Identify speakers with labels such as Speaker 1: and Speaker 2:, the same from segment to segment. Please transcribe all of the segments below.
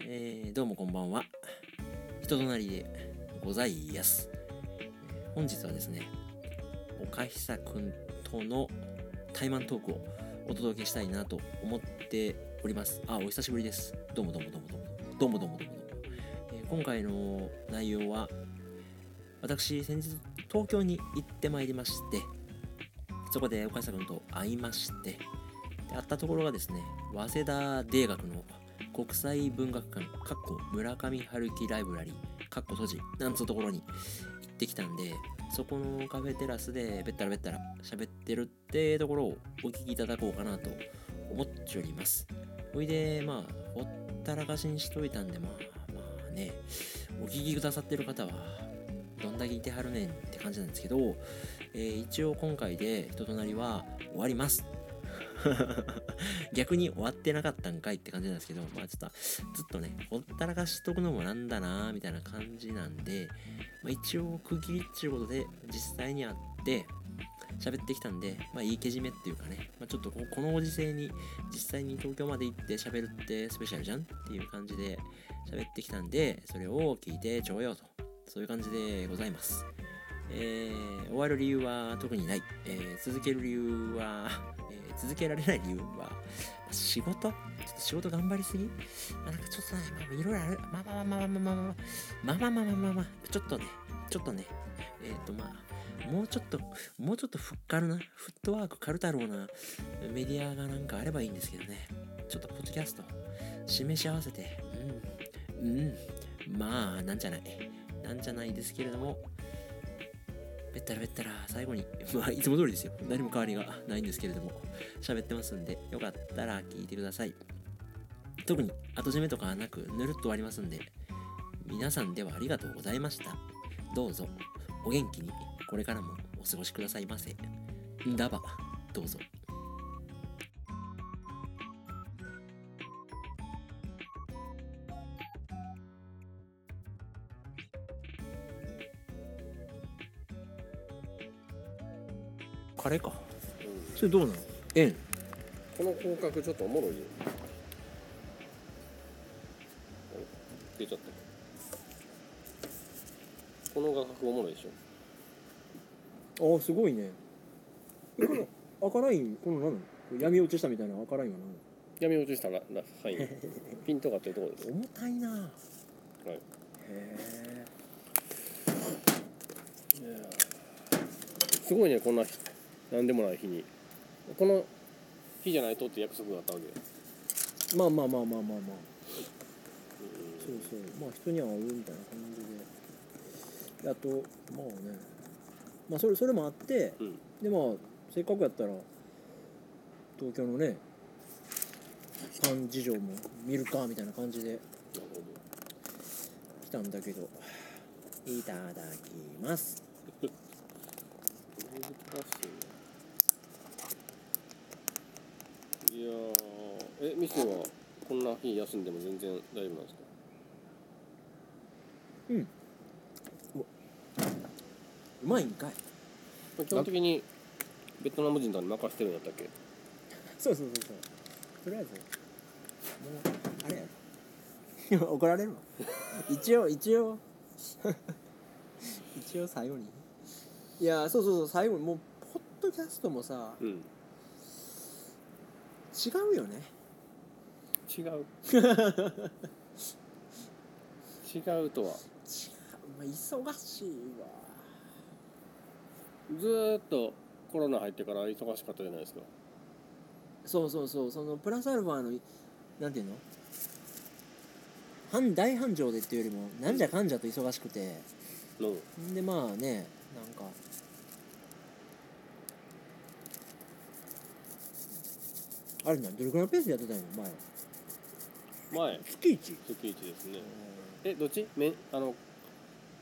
Speaker 1: えーどうもこんばんは人となりでございやす本日はですね岡久くんとの対マントークをお届けしたいなと思っておりますあお久しぶりですどうもどうもどうもどうもどうもどうもどうもどうも、えー今回の内容は私先日東京に行ってまいりましてそこで岡久くんと会いましてで会ったところがですね早稲田大学の国際文学館かっこ村上春樹ライブラリーかっこ閉じなんつうところに行ってきたんでそこのカフェテラスでべったらべったら喋ってるってところをお聞きいただこうかなと思っておりますほいでまあほったらかしにしといたんでまあまあねお聞きくださってる方はどんだけいてはるねんって感じなんですけど、えー一応今回で人となりは終わります逆に終わってなかったんかいって感じなんですけど、まあちょっと、ずっとね、ほったらかしとくのもなんだなーみたいな感じなんで、まあ、一応区切りっていうことで、実際に会って、喋ってきたんで、まあいいけじめっていうかね、まあちょっとここのご時世に、実際に東京まで行って喋るってスペシャルじゃんっていう感じで喋ってきたんで、それを聞いてちょうよと。そういう感じでございます。えー終わる理由は特にない、えー続ける理由は、えー続けられない理由は仕事ちょっと仕事頑張りすぎ、まあ、なんかちょっとね、まあ、いろいろあるまあまあまあまあまあまあまあまあまあまあまあまあちょっとねちょっとねえっ、とまあもうちょっともうちょっとふっかるなフットワーク軽たろうなメディアがなんかあればいいんですけどねちょっとポッドキャスト示し合わせてうんうんまあなんじゃないなんじゃないですけれどもべったらべったら最後に まあいつも通りですよ何も変わりがないんですけれども喋ってますんでよかったら聞いてください特に後締めとかはなくぬるっと終わりますんで皆さんではありがとうございましたどうぞお元気にこれからもお過ごしくださいませんだばどうぞカレーかそれどうなのえん
Speaker 2: この広角ちょっとおもろいよお出ちゃったこの画角おもろいでしょ
Speaker 3: ああすごいねえこの赤ラインこの何なのこれ闇落ちしたみたいな赤ラインは
Speaker 2: 闇落ちしたららサイ ンピントがってるところです
Speaker 3: 何なの重たいなは
Speaker 2: はい
Speaker 3: へえ
Speaker 2: すごいねこんな日なんでもない日にこの日じゃないとって約束があったわけよ
Speaker 3: まあまあまあまあまあまあ
Speaker 2: うん
Speaker 3: そうそうまあ人には合うみたいな感じであとまあねまあそれそれもあって、
Speaker 2: うん
Speaker 3: でまあせっかくやったら東京のねパン事情も見るかみたいな感じで
Speaker 2: なるほど
Speaker 3: 来たんだけどいただきます
Speaker 2: いやーえミスはこんな日休んでも全然大丈夫なんですか
Speaker 3: うまいんかい
Speaker 2: まあ基本的にベトナム人とかに任せてるんだったっけ
Speaker 3: そうそうそうそうとりあえずもうあれやろ怒られ るわ一応一応 一応最後にいやそうそうそう最後にもうポッドキャストもさ
Speaker 2: うん
Speaker 3: 違うよね
Speaker 2: 違う 違うと
Speaker 3: 違う、ま
Speaker 2: は
Speaker 3: あ、忙しいわ
Speaker 2: ずーっとコロナ入ってから忙しかったじゃないですか
Speaker 3: そうそうそうそのプラスアルファのなんていうの半大繁盛でっていうよりもなんじゃかんじゃと忙しくて
Speaker 2: の
Speaker 3: でまあねなんかあれなどれくらいのペースでやってたんやろ前
Speaker 2: 前
Speaker 3: 月一
Speaker 2: 月一ですねえどっちめあの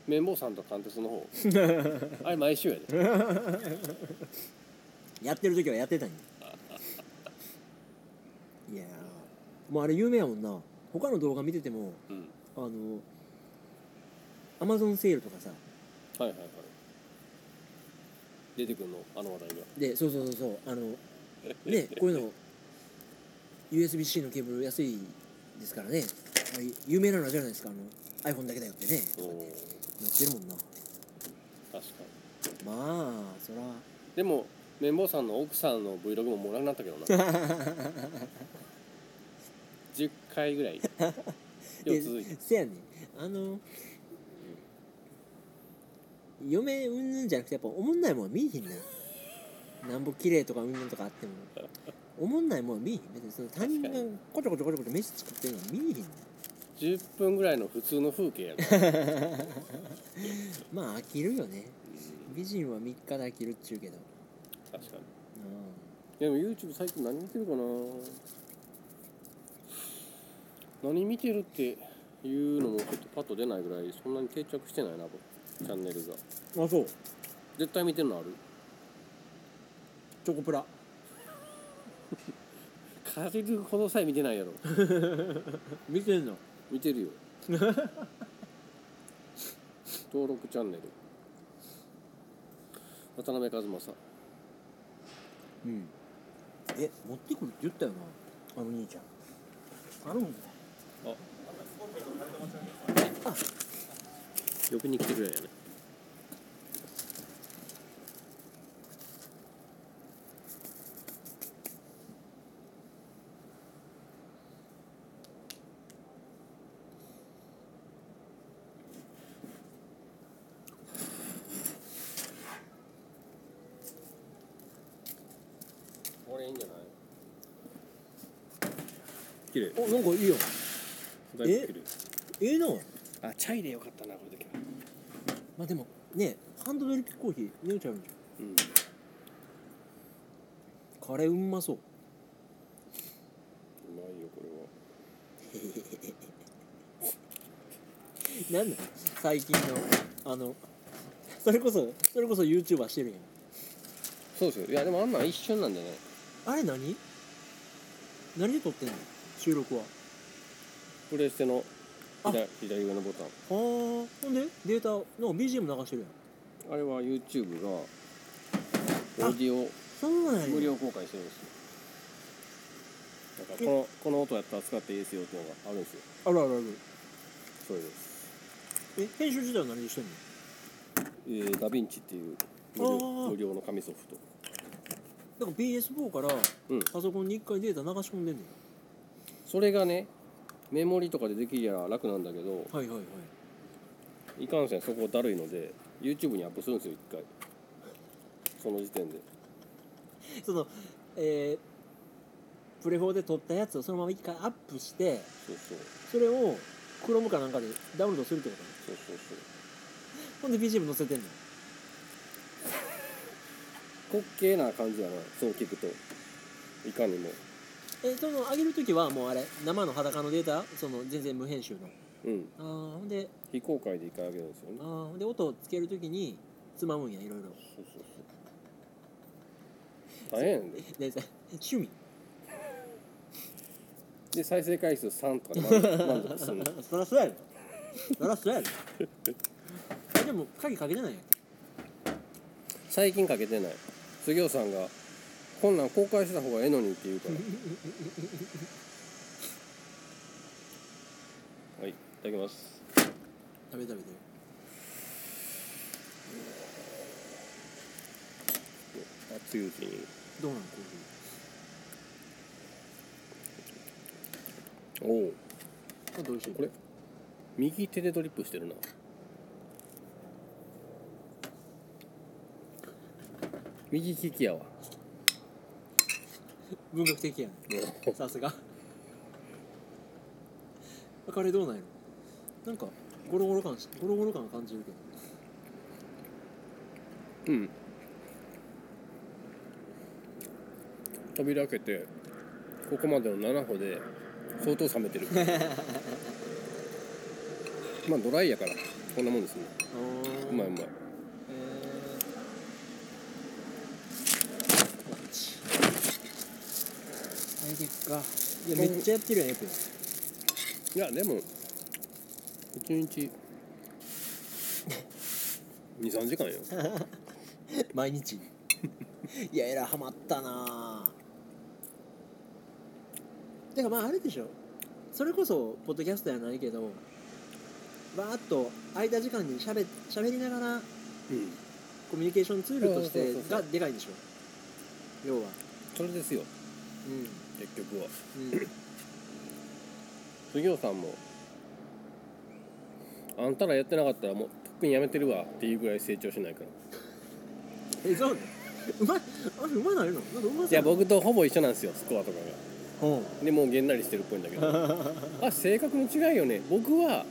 Speaker 2: 綿棒さんと貫徹の方 あれ毎週やで、ね、
Speaker 3: やってる時はやってたんやいやーもうあれ有名やもんな他の動画見てても
Speaker 2: うん
Speaker 3: あのアマゾンセールとかさ
Speaker 2: はいはいはい出てくるのあの話題が
Speaker 3: でそうそうそうそうあのねこういうの USB-C のケーブル安いですからね
Speaker 1: あい有名なのあるじゃないですかあの iPhone だけだよってね
Speaker 2: おー
Speaker 1: なってるもんな
Speaker 2: 確かに
Speaker 1: まあ そら
Speaker 2: でも綿棒さんの奥さんの Vlog ももらうなったけどな10回ぐら いよう続いて
Speaker 1: せやねんあの嫁うんぬんじゃなくてやっぱおもんないもんは見えひんななんぼ綺麗とかうんぬんとかあってもおもんないもんは見えひん別にその他人が
Speaker 2: 確か
Speaker 1: こちょこちょこちょこちょ飯作ってるのは見えひんな
Speaker 2: 10分ぐらいの普通の風景や から、
Speaker 1: まあ飽きるよね
Speaker 2: うん
Speaker 1: 美人は3日で飽きるっちゅうけど
Speaker 2: 確かに
Speaker 1: う
Speaker 2: でも YouTube 最近何見てるかな何見てるっていうのもちょっとパッと出ないぐらいそんなに定着してないな僕チャンネルが
Speaker 1: んあそう
Speaker 2: 絶対見てるのある
Speaker 1: チョコプラ
Speaker 2: 借りるほどさえ見てないやろ
Speaker 1: 見てんの
Speaker 2: 見てる よ登録チャンネル渡辺一馬さん
Speaker 1: うんえ持ってくるって言ったよなあの兄ちゃん頼むぞ
Speaker 2: 呼びに来てくれんやねこれいいんじゃない綺麗
Speaker 1: おなんかいいよ
Speaker 2: だいぶ綺麗
Speaker 1: ええな
Speaker 2: あチャイでよかったなこれだけは
Speaker 1: まあでもねハンドドリップコーヒーねうちゃうんじゃ
Speaker 2: うん
Speaker 1: んカレーうんまそう
Speaker 2: うまいよこれ
Speaker 1: な
Speaker 2: は
Speaker 1: んだ最近のあのそれこそそれこそ YouTuber してるやん
Speaker 2: そうですよいやでもあんなん一瞬なんじゃない
Speaker 1: あれ何何で撮ってんの収録は
Speaker 2: プレステの
Speaker 1: あ
Speaker 2: 左左上のボタン
Speaker 1: あーほんでデータの BGM 流してるやん
Speaker 2: あれは YouTube が
Speaker 1: あ
Speaker 2: オーディオ
Speaker 1: そうなんや
Speaker 2: 無料公開してるんですよだからこのこの音やったら使っていいですよっていうのがあるんですよ
Speaker 1: あるあるある
Speaker 2: それです、
Speaker 1: え編集自体は何でしてんの
Speaker 2: えー、ダヴィンチっていう無
Speaker 1: あ
Speaker 2: 料
Speaker 1: ー
Speaker 2: 無料の紙ソフト
Speaker 1: だから PS4 から
Speaker 2: うん
Speaker 1: パソコンに一回データ流し込んでんねん
Speaker 2: それがねメモリとかでできりゃ楽なんだけ
Speaker 1: は
Speaker 2: ど
Speaker 1: いはいはい
Speaker 2: いかんせんそこだるいので YouTube にアップするんですよ一回その時点で
Speaker 1: そのえー、プレフォーで撮ったやつをそのまま一回アップして
Speaker 2: そうそう
Speaker 1: それを Chrome かなんかでダウンロードするってことね
Speaker 2: そうそうそう
Speaker 1: ほんで BGM 載せてんの
Speaker 2: 滑稽な感じやなそう聞くといかにも
Speaker 1: えその上げるときはもうあれ生の裸のデータその全然無編集の
Speaker 2: うん
Speaker 1: あーほんで
Speaker 2: 非公開で一回あげるんですよね
Speaker 1: あーほんで音をつけるときにつまむんやいろいろ
Speaker 2: そうそうそう大変やねんで
Speaker 1: でさ趣味
Speaker 2: で再生回数3とかで満足満足するの
Speaker 1: そらそうやろそらそうやろえでも鍵かけてないやん
Speaker 2: 最近かけてない杉尾さんが「こんなん公開した方がええのに」って言うからはいいただきます
Speaker 1: 食べ食べて
Speaker 2: 熱いうちに
Speaker 1: どうなのコ
Speaker 2: おお
Speaker 1: ーヒーあどうして
Speaker 2: これ右手でドリップしてるな右利きやわ
Speaker 1: 文学的やんさすがカレーどうなんやろなんかゴロゴロ感しゴロゴロ感感じるけど
Speaker 2: うん扉開けてここまでの7歩で相当冷めてるまあドライやからこんなもんですね
Speaker 1: あ
Speaker 2: うまいうまい
Speaker 1: 対決かいやめっちゃやってるやんエプ
Speaker 2: いやでも1日23時間よ
Speaker 1: 毎 日いやえらいハマったなぁてかまああれでしょそれこそポッドキャストやないけどバーッと空いた時間にしゃべりながら
Speaker 2: うん
Speaker 1: コミュニケーションツールとし
Speaker 2: そう
Speaker 1: て
Speaker 2: そうそうそう
Speaker 1: がでかいんでしょ要は
Speaker 2: それですよ
Speaker 1: う
Speaker 2: 結局は
Speaker 1: んうん
Speaker 2: 杉尾さんもあんたらやってなかったらもうとっくにやめてるわっていうぐらい成長しない から
Speaker 1: えそうなのうまいあれうまないのなんかうまそう
Speaker 2: いや僕とほぼ一緒なんですよスコア とか
Speaker 1: うん
Speaker 2: がでもうげんなりしてるっぽいんだけどあ性格の違いよね僕は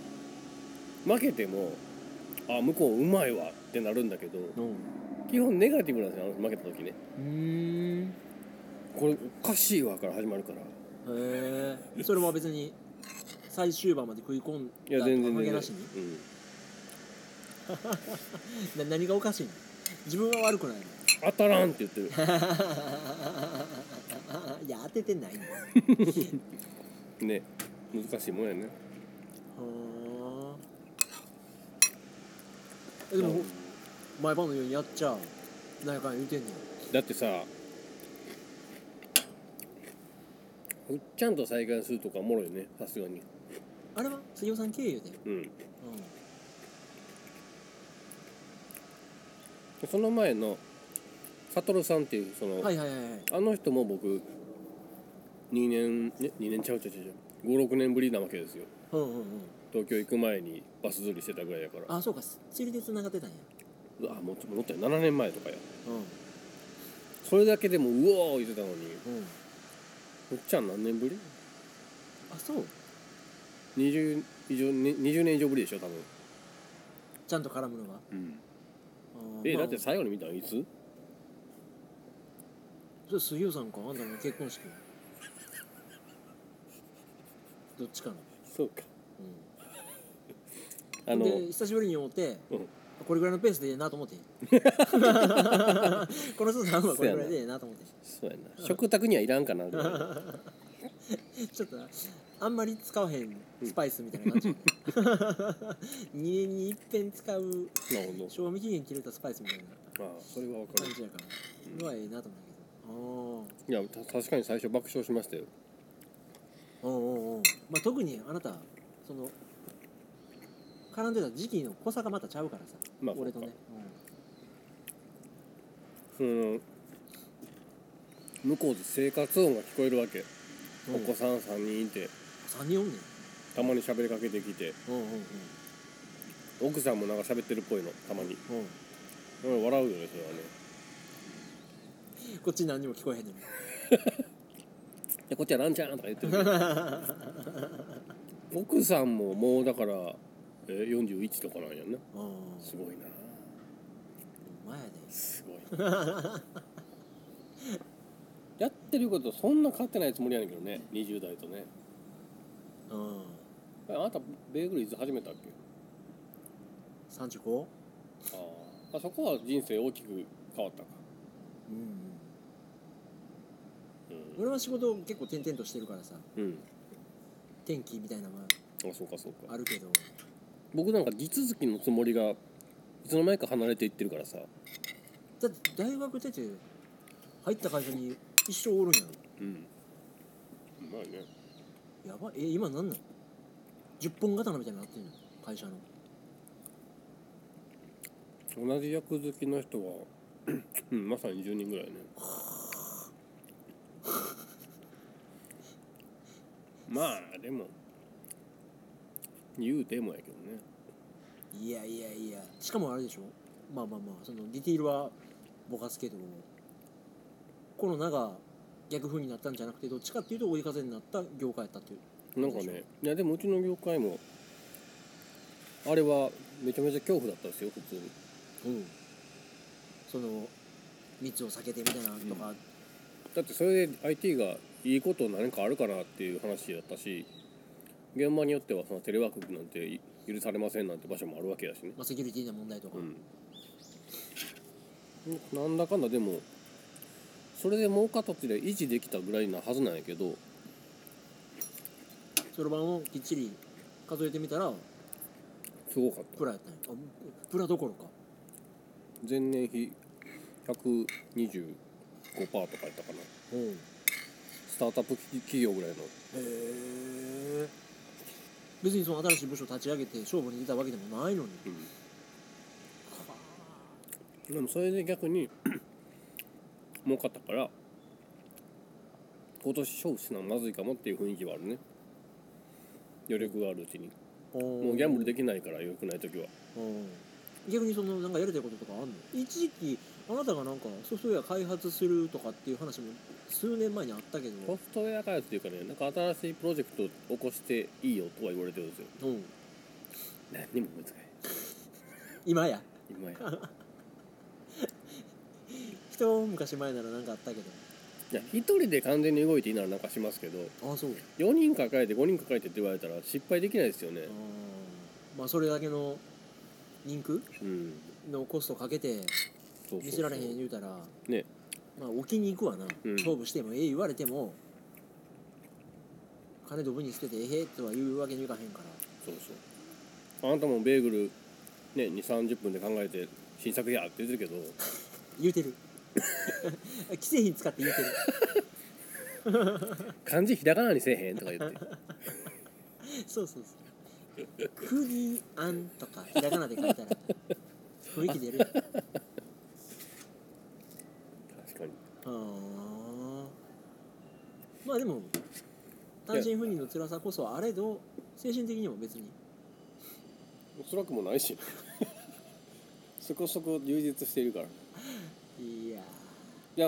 Speaker 2: 負けてもあ向こううまいわってなるんだけど基本ネガティブなんですよあの負けた時ね
Speaker 1: うんへ
Speaker 2: これおかしいわから始まるから
Speaker 1: えそれは別に最終盤まで食い込んだ
Speaker 2: いや全然
Speaker 1: 負
Speaker 2: 全
Speaker 1: け
Speaker 2: 然、う
Speaker 1: なしに
Speaker 2: ん、
Speaker 1: な何がおかしいの自分は悪くないの
Speaker 2: 当たらんって言ってる
Speaker 1: いや当ててないん だは
Speaker 2: ね難しいもんやね
Speaker 1: あえでも毎晩のようにやっちゃう何やかんや言うてんの
Speaker 2: だってさうっちゃんと再会するとかおもろいよねさすがに
Speaker 1: あれは杉尾さん経由で
Speaker 2: うん
Speaker 1: うん
Speaker 2: その前のサトルさんっていうその、
Speaker 1: はいはいはいはい
Speaker 2: あの人も僕2年ね2年ちゃうちゃうちゃうちゃう56年ぶりなわけですよ
Speaker 1: うんうんうん
Speaker 2: 東京行く前にバス釣りしてたぐらいやからあ
Speaker 1: あそうか釣りで繋がってたんや
Speaker 2: もうちょっともっとや7年前とかや
Speaker 1: う
Speaker 2: それだけでもうおー言ってたのに
Speaker 1: んうん
Speaker 2: うっちゃん何年ぶり
Speaker 1: あそう
Speaker 2: ?20 以上ね20年以上ぶりでしょ多分、
Speaker 1: ちゃんと絡むのが
Speaker 2: え
Speaker 1: ま
Speaker 2: だ
Speaker 1: あ
Speaker 2: って最後に見たのいつ
Speaker 1: それ杉尾さんかあんたの結婚式どっちかな
Speaker 2: そうか
Speaker 1: う
Speaker 2: あ
Speaker 1: ん
Speaker 2: の
Speaker 1: で久しぶりに会うて
Speaker 2: うん
Speaker 1: これぐらいのペースでええなと思って この人さんはこれぐらいでええなと思って
Speaker 2: そうやな食卓にはいらんかなぐらい
Speaker 1: ちょっとなあんまり使わへんスパイスみたいな感じ、ね、2年に一遍使う
Speaker 2: なるほ
Speaker 1: 賞味期限切れたスパイスみたいな
Speaker 2: どまあそれはわか
Speaker 1: 感
Speaker 2: る
Speaker 1: じやからのはええなと思うんだけどああ
Speaker 2: いやた確かに最初爆笑しましたよ
Speaker 1: おうおうおうまあ、特にあなたその絡んでた時期の濃さがまたちゃうからさ、
Speaker 2: まあ
Speaker 1: 俺とね、
Speaker 2: その向こうで生活音が聞こえるわけ、
Speaker 1: うん
Speaker 2: お子さん3人いて
Speaker 1: 3人おんねん
Speaker 2: たまに喋りかけてきて
Speaker 1: うんうんうん
Speaker 2: 奥さんもなんか喋ってるっぽいのたまに
Speaker 1: うん
Speaker 2: うん笑うよねそれはね
Speaker 1: こっち何にも聞こえへんねん
Speaker 2: でこっちはランちゃんとか言ってるけど 奥さんももうだから、えー、41とかなんやんな
Speaker 1: おお
Speaker 2: すごいな
Speaker 1: 前です
Speaker 2: ごい やってることそんな変わってないつもりやねんけどね20代とね
Speaker 1: うん
Speaker 2: あなたベーグルいつ始めたっけ
Speaker 1: 35?
Speaker 2: あーあそこは人生大きく変わったか、
Speaker 1: うん
Speaker 2: うん
Speaker 1: 俺は仕事結構転々としてるからさ
Speaker 2: うん、
Speaker 1: 天気みたいなのは
Speaker 2: あそうかそうか
Speaker 1: あるけど
Speaker 2: 僕なんか地続きのつもりがいつの間にか離れていってるからさ、
Speaker 1: だって大学出て入った会社に一生おるんやろ
Speaker 2: うん、まあね
Speaker 1: やばいえ今なんなん10本刀みたいになってんの会社の
Speaker 2: 同じ役好きの人は、 うん、まさに10人ぐらいねまあでも言うてもやけどね
Speaker 1: いやいやいやしかもあれでしょまあまあまあそのディティールはぼかすけどコロナが逆風になったんじゃなくてどっちかっていうと追い風になった業界やったっていう
Speaker 2: なんかねいやでもうちの業界もあれはめちゃめちゃ恐怖だったんですよ普通に
Speaker 1: その密を避けてみたいなとか、
Speaker 2: だってそれで IT がいいこと何かあるかなっていう話だったし現場によってはそのテレワークなんてい許されませんなんて場所もあるわけだしね
Speaker 1: まあ、セキュリティな問題とか、
Speaker 2: うん、なんだかんだでもそれで儲かったって維持できたぐらいなはずなんやけど
Speaker 1: そろばんをきっちり数えてみたら
Speaker 2: すごかった
Speaker 1: プラやったんやあプラどころか
Speaker 2: 前年比125%とかやったかな
Speaker 1: おう
Speaker 2: スタートアップ企業ぐらいの
Speaker 1: え別にその新しい部署立ち上げて勝負に出たわけでもないのに
Speaker 2: でもそれで逆に 儲かったから今年勝負しなまずいかもっていう雰囲気はあるね余力があるうちにも
Speaker 1: も
Speaker 2: うギャンブルできないから良くない時は
Speaker 1: 逆にそのなんかやりたいこととかあんの一時期あなたがなんかソフトウェア開発するとかっていう話も数年前にあったけ
Speaker 2: ソ
Speaker 1: ど
Speaker 2: フトウェア開発っていうかねなんか新しいプロジェクトを起こしていいよとは言われてるんですよ
Speaker 1: うん
Speaker 2: 何にも思いつかない
Speaker 1: 今や
Speaker 2: 今や
Speaker 1: 一昔前ならなんかあったけど
Speaker 2: いや一人で完全に動いていいならなんかしますけど
Speaker 1: ああそう
Speaker 2: 4人抱えて5人抱えてって言われたら失敗できないですよね
Speaker 1: あーまあそれだけの人気
Speaker 2: うん
Speaker 1: のコストかけて
Speaker 2: そうそうそう
Speaker 1: 見せられへん言うたら
Speaker 2: ね
Speaker 1: まあ置きに行くわな、
Speaker 2: うん
Speaker 1: 勝負してもええ言われても金ドブに捨ててええへとは言うわけにいかへんから
Speaker 2: そうそうあなたもベーグルね2 3 0分で考えて新作やって言ってるけど
Speaker 1: 言う てる既製品使って言うてる
Speaker 2: 漢字ひらがなにせえへんとか 言って
Speaker 1: そうそうそう「クニアン」とかひらがなで書いたら雰囲気出るや ん
Speaker 2: 確かに
Speaker 1: あーまあでも単身赴任の辛さこそあれど精神的にも別に
Speaker 2: 辛くもない しそこそこ充実しているからい
Speaker 1: いや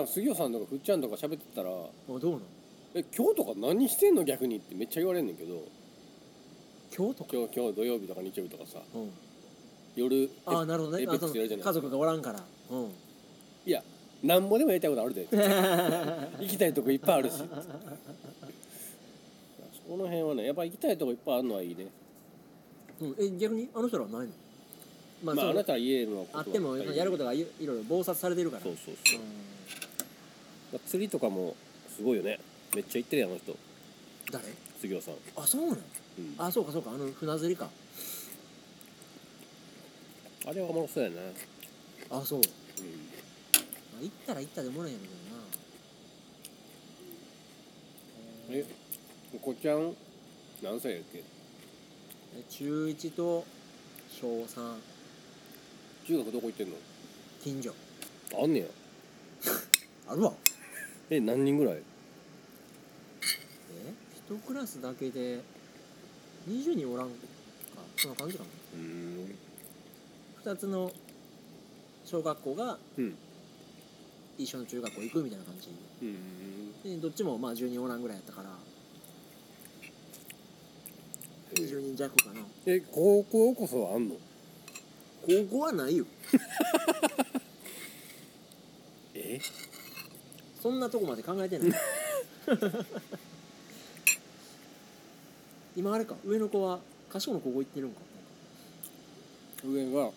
Speaker 2: や杉尾さんとかふっちゃんとか喋ってたら
Speaker 1: ーもうどうなの
Speaker 2: 「え今日とか何してんの逆に」ってめっちゃ言われんねんけど
Speaker 1: 今日とか、
Speaker 2: 今日今日土曜日とか日曜日とかさ
Speaker 1: うん、
Speaker 2: 夜
Speaker 1: ああなるほどね
Speaker 2: エイペ
Speaker 1: あ
Speaker 2: ック
Speaker 1: そ
Speaker 2: ス
Speaker 1: の
Speaker 2: やるじゃない
Speaker 1: 家族がおらんからうん
Speaker 2: いやなんぼでもやりたいこと あるで行きたいとこいっぱいあるしそこの辺はねやっぱ行きたいとこいっぱいあるのはいいね
Speaker 1: うん、え逆にあの人らはないのま
Speaker 2: ま
Speaker 1: あ、
Speaker 2: あ、
Speaker 1: そ
Speaker 2: あ、
Speaker 1: う
Speaker 2: なたは家のこと
Speaker 1: あ
Speaker 2: は
Speaker 1: っても
Speaker 2: やっぱり
Speaker 1: やることがいいろいろ忙殺されてるから
Speaker 2: そうそうそう、
Speaker 1: うん
Speaker 2: まあ釣りとかもすごいよねめっちゃ行ってるやんあの人
Speaker 1: 誰
Speaker 2: 杉尾さん、
Speaker 1: あそうなの
Speaker 2: うんあ
Speaker 1: あそうかそうかあの船釣りか
Speaker 2: れはおもろそうやな、うん、
Speaker 1: あそう、まあ、行ったら行ったでもないんやけどな
Speaker 2: えお子ちゃん何歳やっけ
Speaker 1: え中1と小3
Speaker 2: 中学どこ行ってんの
Speaker 1: 近所
Speaker 2: あんねや
Speaker 1: あるわ
Speaker 2: え何人ぐらい
Speaker 1: え一クラスだけで20人おらんかそんな感じかな
Speaker 2: うん
Speaker 1: 2つの小学校が
Speaker 2: うん
Speaker 1: 一緒の中学校行くみたいな感じ
Speaker 2: うん
Speaker 1: でどっちもまあ10人おらんぐらいやったから20人弱かな
Speaker 2: え高校こそあんの
Speaker 1: 高校はないよ
Speaker 2: え
Speaker 1: そんなとこまで考えて ない今あれか上の子は賢の高校行ってるんか
Speaker 2: 上は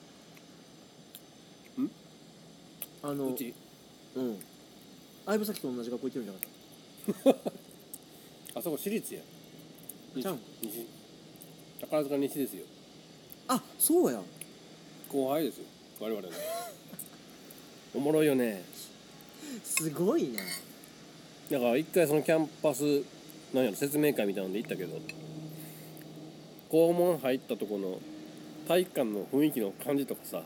Speaker 1: あの
Speaker 2: うち
Speaker 1: うん相武咲と同じ学校行ってるんじゃなかっ
Speaker 2: あそこ私立や
Speaker 1: ちゃうん
Speaker 2: 西宝塚西ですよ
Speaker 1: たあそうや
Speaker 2: 後輩ですよ我々の おもろいよね
Speaker 1: すごいね
Speaker 2: だから一回そのキャンパスなんやろ説明会みたいなので行ったけど校門入ったとこの体育館の雰囲気の感じとかさ
Speaker 1: は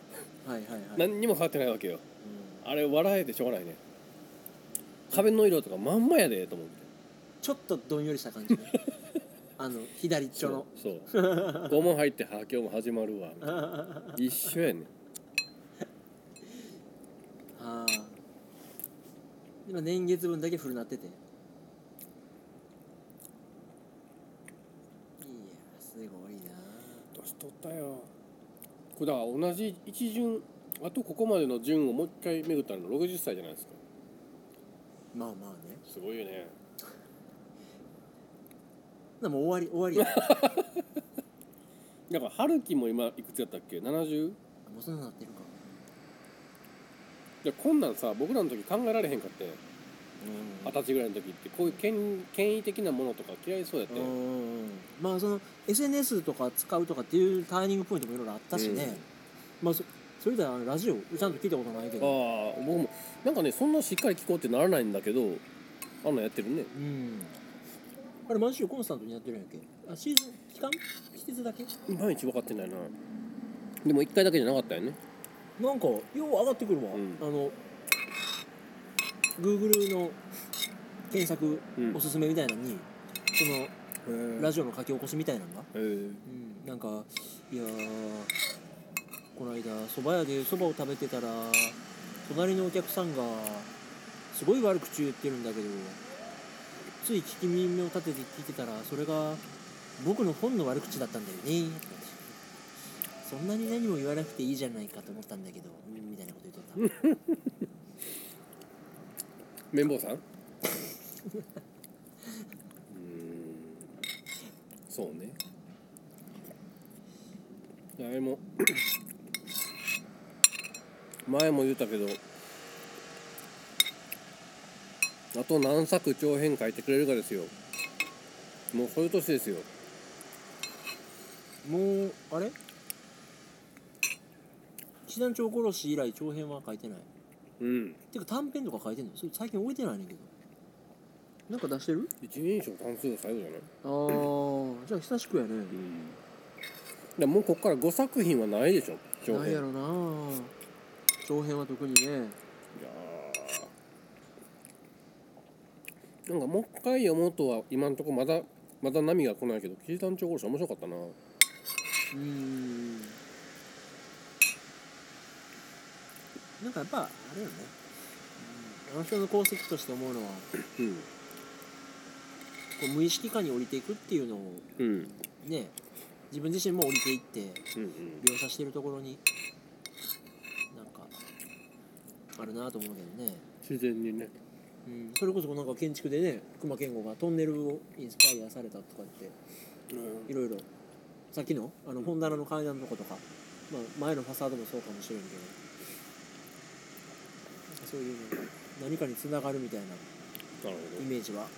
Speaker 1: いはいはい、
Speaker 2: 何にも変わってないわけよ
Speaker 1: うん
Speaker 2: あれ笑えてしょうがないね壁の色とかまんまやでと思って
Speaker 1: ちょっとどんよりした感じ ねあの左っちょの
Speaker 2: そうそう校門入って「はあ今日も始まるわ」みたいな
Speaker 1: あ
Speaker 2: 一緒やね
Speaker 1: あ今年月分だけフルなってていやすごいな
Speaker 2: 年取ったよこれだから同じ一巡あとここまでの順をもう一回巡ったの60歳じゃないですか
Speaker 1: まあまあね
Speaker 2: すごいよね
Speaker 1: でもう終わり 終わりや
Speaker 2: だから春樹も今いくつやったっけ 70?
Speaker 1: もうそんななってるか
Speaker 2: じゃあこんなんさ僕らの時考えられへんかって
Speaker 1: うん
Speaker 2: 二十歳ぐらいの時ってこういう権権威的なものとか嫌いそうやって
Speaker 1: うんまあその SNS とか使うとかっていうターニングポイントもいろいろあったしね、まあそそれではラジオちゃんと聞いたことないけ
Speaker 2: あ
Speaker 1: ど
Speaker 2: あ僕もなんかねそんなしっかり聞こうってならないんだけどあんなんやってるね
Speaker 1: うんあれ毎週コンスタントにやってるんやっけあシーズン期間季節だけ
Speaker 2: いまいち分かってないなでも1回だけじゃなかったよね
Speaker 1: なんかよう上がってくるわ、
Speaker 2: うん
Speaker 1: あの Google の検索
Speaker 2: うん
Speaker 1: おすすめみたいなのに、そのラ
Speaker 2: へ
Speaker 1: ジオの書き起こしみたいなのが、
Speaker 2: え
Speaker 1: うん、なんかいやーこの間そば屋でそばを食べてたら隣のお客さんがすごい悪口言ってるんだけどつい聞き耳を立てて聞いてたらそれが僕の本の悪口だったんだよねってそんなに何も言わなくていいじゃないかと思ったんだけどうんみたいなこと言ってた
Speaker 2: 綿棒さん うーんそうねいやあれも 前も言ったけどあと何作長編書いてくれるかですよもうそういう年ですよ
Speaker 1: もうあれ師団長殺し以来長編は書いてない
Speaker 2: うん
Speaker 1: てか短編とか書いてんのそれ最近覚えてないねんけどなんか出してる
Speaker 2: 一人称単数が最後じゃな
Speaker 1: あ
Speaker 2: い
Speaker 1: あじゃあ久しくやね
Speaker 2: でもうこっから5作品はないでしょ長
Speaker 1: なん
Speaker 2: 編い
Speaker 1: や
Speaker 2: や
Speaker 1: ろな長編は特にね
Speaker 2: ーなんかもう一回読もうとは今んとこまだまだ波が来ないけど「岸団長殺し」面白かったな
Speaker 1: うーんなんかやっぱあれよねうんあの人の功績として思うのはこ
Speaker 2: うん
Speaker 1: う無意識化に降りていくっていうのを
Speaker 2: うん
Speaker 1: ね自分自身も降りていって
Speaker 2: うんうん
Speaker 1: 描写してるところになんかあるなと思うけどね、
Speaker 2: 自然にね
Speaker 1: うん、それこそなんか建築でね隈研吾がトンネルをインスパイアされたとかっていろいろさっきのあの本棚の階段のとことか、まあ、前のファサードもそうかもしれんけどなんかそういうなんか何かにつながるみたいな
Speaker 2: なる
Speaker 1: イメージは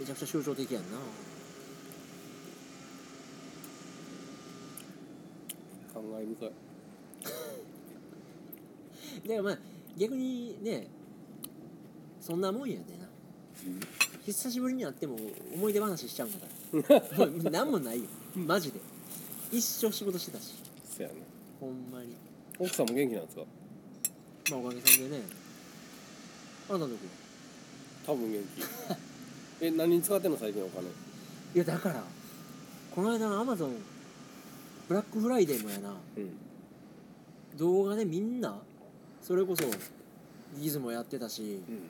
Speaker 1: めちゃくちゃ象徴的やんな
Speaker 2: ほど感慨深い
Speaker 1: だからまあ逆にねそんなもんやでな、久しぶりに会っても思い出話しちゃうんだからもう何もないよマジで一生仕事してたし
Speaker 2: そやね
Speaker 1: ほんまに
Speaker 2: 奥さんも元気なんですか
Speaker 1: まあおかげさんでねあなたのとこ
Speaker 2: 多分元気 え何に使ってんの最近お金
Speaker 1: いやだからこの間のアマゾンブラックフライデーもやな
Speaker 2: うん
Speaker 1: 動画でみんなそれこそギズもやってたし
Speaker 2: うん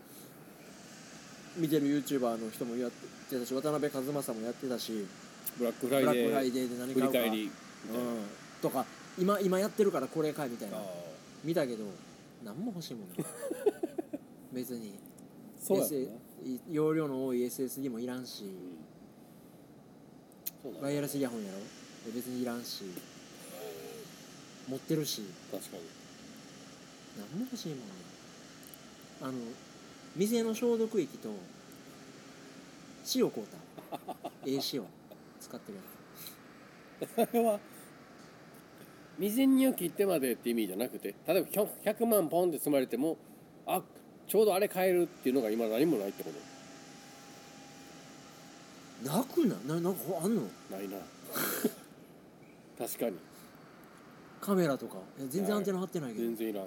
Speaker 1: 見てる YouTuber の人もやってたし渡辺一正もやってたし
Speaker 2: ブラックフ
Speaker 1: ブ
Speaker 2: ライ
Speaker 1: ラックフライ
Speaker 2: デー
Speaker 1: デーで何
Speaker 2: 振
Speaker 1: 買
Speaker 2: り
Speaker 1: うか
Speaker 2: 返りみたいな
Speaker 1: うん、とか今今やってるからこれかいみたいな
Speaker 2: あー
Speaker 1: 見たけど何も欲しい もんね別に
Speaker 2: そうやん
Speaker 1: S-
Speaker 2: な、
Speaker 1: い容量の多い SSD もいらんし
Speaker 2: そうだ
Speaker 1: ワ
Speaker 2: ね
Speaker 1: イヤレスイヤホンやろ別にいらんし持ってるし
Speaker 2: 確かに
Speaker 1: 何も欲しいもんねあの店の消毒液と塩買うたええ塩使ってるや
Speaker 2: これは未然にを切ってまでって意味じゃなくて例えばひょ100万ポンって積まれてもあちょうどあれ買えるっていうのが今何もないってこと
Speaker 1: つなくないななんかあんの
Speaker 2: ないな確かに
Speaker 1: カメラとかいや全然アンテナ張ってないけど
Speaker 2: 全然いらん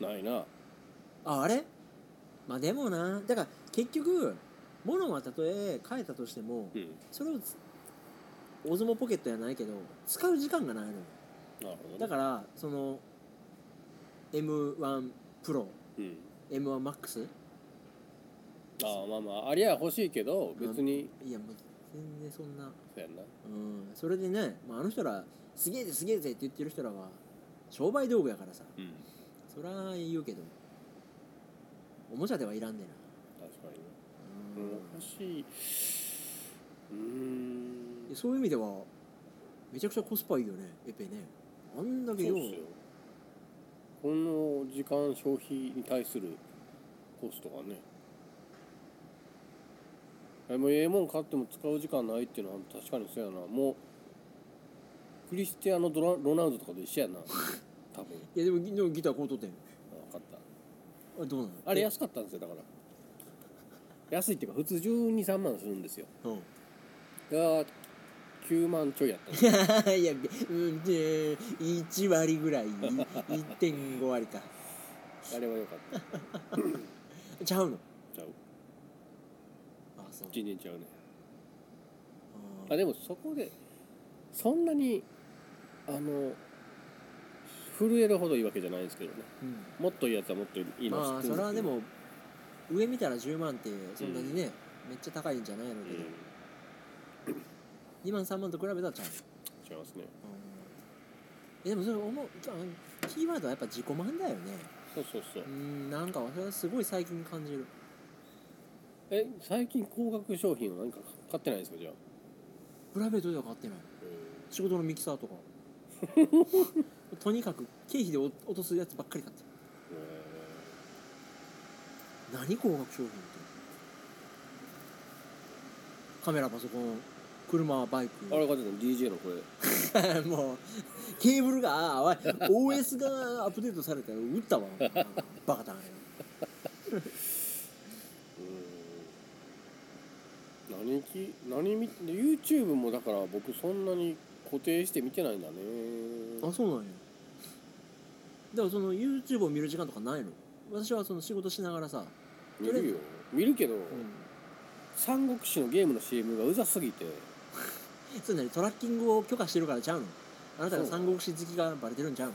Speaker 2: ないな
Speaker 1: ああれまあでもなだから結局物はたとえ変えたとしても
Speaker 2: うん
Speaker 1: それをつ大相撲ポケットやないけど使う時間がないのよ
Speaker 2: なるほどね
Speaker 1: だからその M1 プロ
Speaker 2: うん、
Speaker 1: M1 マックス
Speaker 2: ああまあまあありゃ欲しいけど別に
Speaker 1: いやもう全然そんな
Speaker 2: そうやんな
Speaker 1: うんそれでね、まあ、あの人らすげえぜすげえぜって言ってる人らは商売道具やからさ
Speaker 2: うん
Speaker 1: そりゃ言うけどおもちゃではいらんね
Speaker 2: 確かにね
Speaker 1: えな、うん
Speaker 2: 欲しいうーん
Speaker 1: でそういう意味ではめちゃくちゃコスパいいよねエペねあんだけ
Speaker 2: そ
Speaker 1: よ
Speaker 2: うっすよこの時間消費に対するコストがねでもええもん買っても使う時間ないっていうのは確かにそうやなもうクリスティアーノ・ドラロナウドとかと一緒やな多分
Speaker 1: いやでもギでもギターこうとってん
Speaker 2: 分かった
Speaker 1: あどうなの
Speaker 2: あれ安かったんですよだから安いっていうか普通123万するんですよ
Speaker 1: うん
Speaker 2: が9万ちょいやったんです
Speaker 1: いや いやうんで1割ぐらい1.5割か
Speaker 2: あれは良かった
Speaker 1: ちゃうの
Speaker 2: ちゃう
Speaker 1: あそう
Speaker 2: 1年ちゃうね
Speaker 1: あ
Speaker 2: あでもそこでそんなにあの震えるほどいいわけじゃないんですけどね
Speaker 1: うん
Speaker 2: もっといいやつはもっといいの知ってるん
Speaker 1: まあ
Speaker 2: ですけ
Speaker 1: そ
Speaker 2: ど
Speaker 1: れはでも上見たら10万ってそんなにね、めっちゃ高いんじゃないの
Speaker 2: うん
Speaker 1: けど、2万3万と比べたらちゃう、
Speaker 2: 違いますね
Speaker 1: えでもそれ思うあキーワードはやっぱ自己満だよね
Speaker 2: そうそうそう
Speaker 1: うんなんかそれはすごい最近感じる
Speaker 2: え最近高額商品は何か買ってないんですかじゃあ
Speaker 1: プライベートでは買ってない仕事のミキサーと かとにかく経費で落とすやつばっかり買ってる何高額商品ってカメラパソコン車バイク
Speaker 2: あれ買ってたの DJ のこれ
Speaker 1: もうケーブルがあおい OS がアップデートされたら打ったわバカだね
Speaker 2: 何き何見 YouTube もだから僕そんなに固定して見てないんだね
Speaker 1: あそうなんやだからその YouTube を見る時間とかないの私はその仕事しながらさ、
Speaker 2: 見るよ見るけど、
Speaker 1: うん、
Speaker 2: 三国志のゲームの CM がうざすぎて
Speaker 1: それなりトラッキングを許可してるからちゃうのあなたが
Speaker 2: そう
Speaker 1: 三国志好きがバレてるんちゃ うの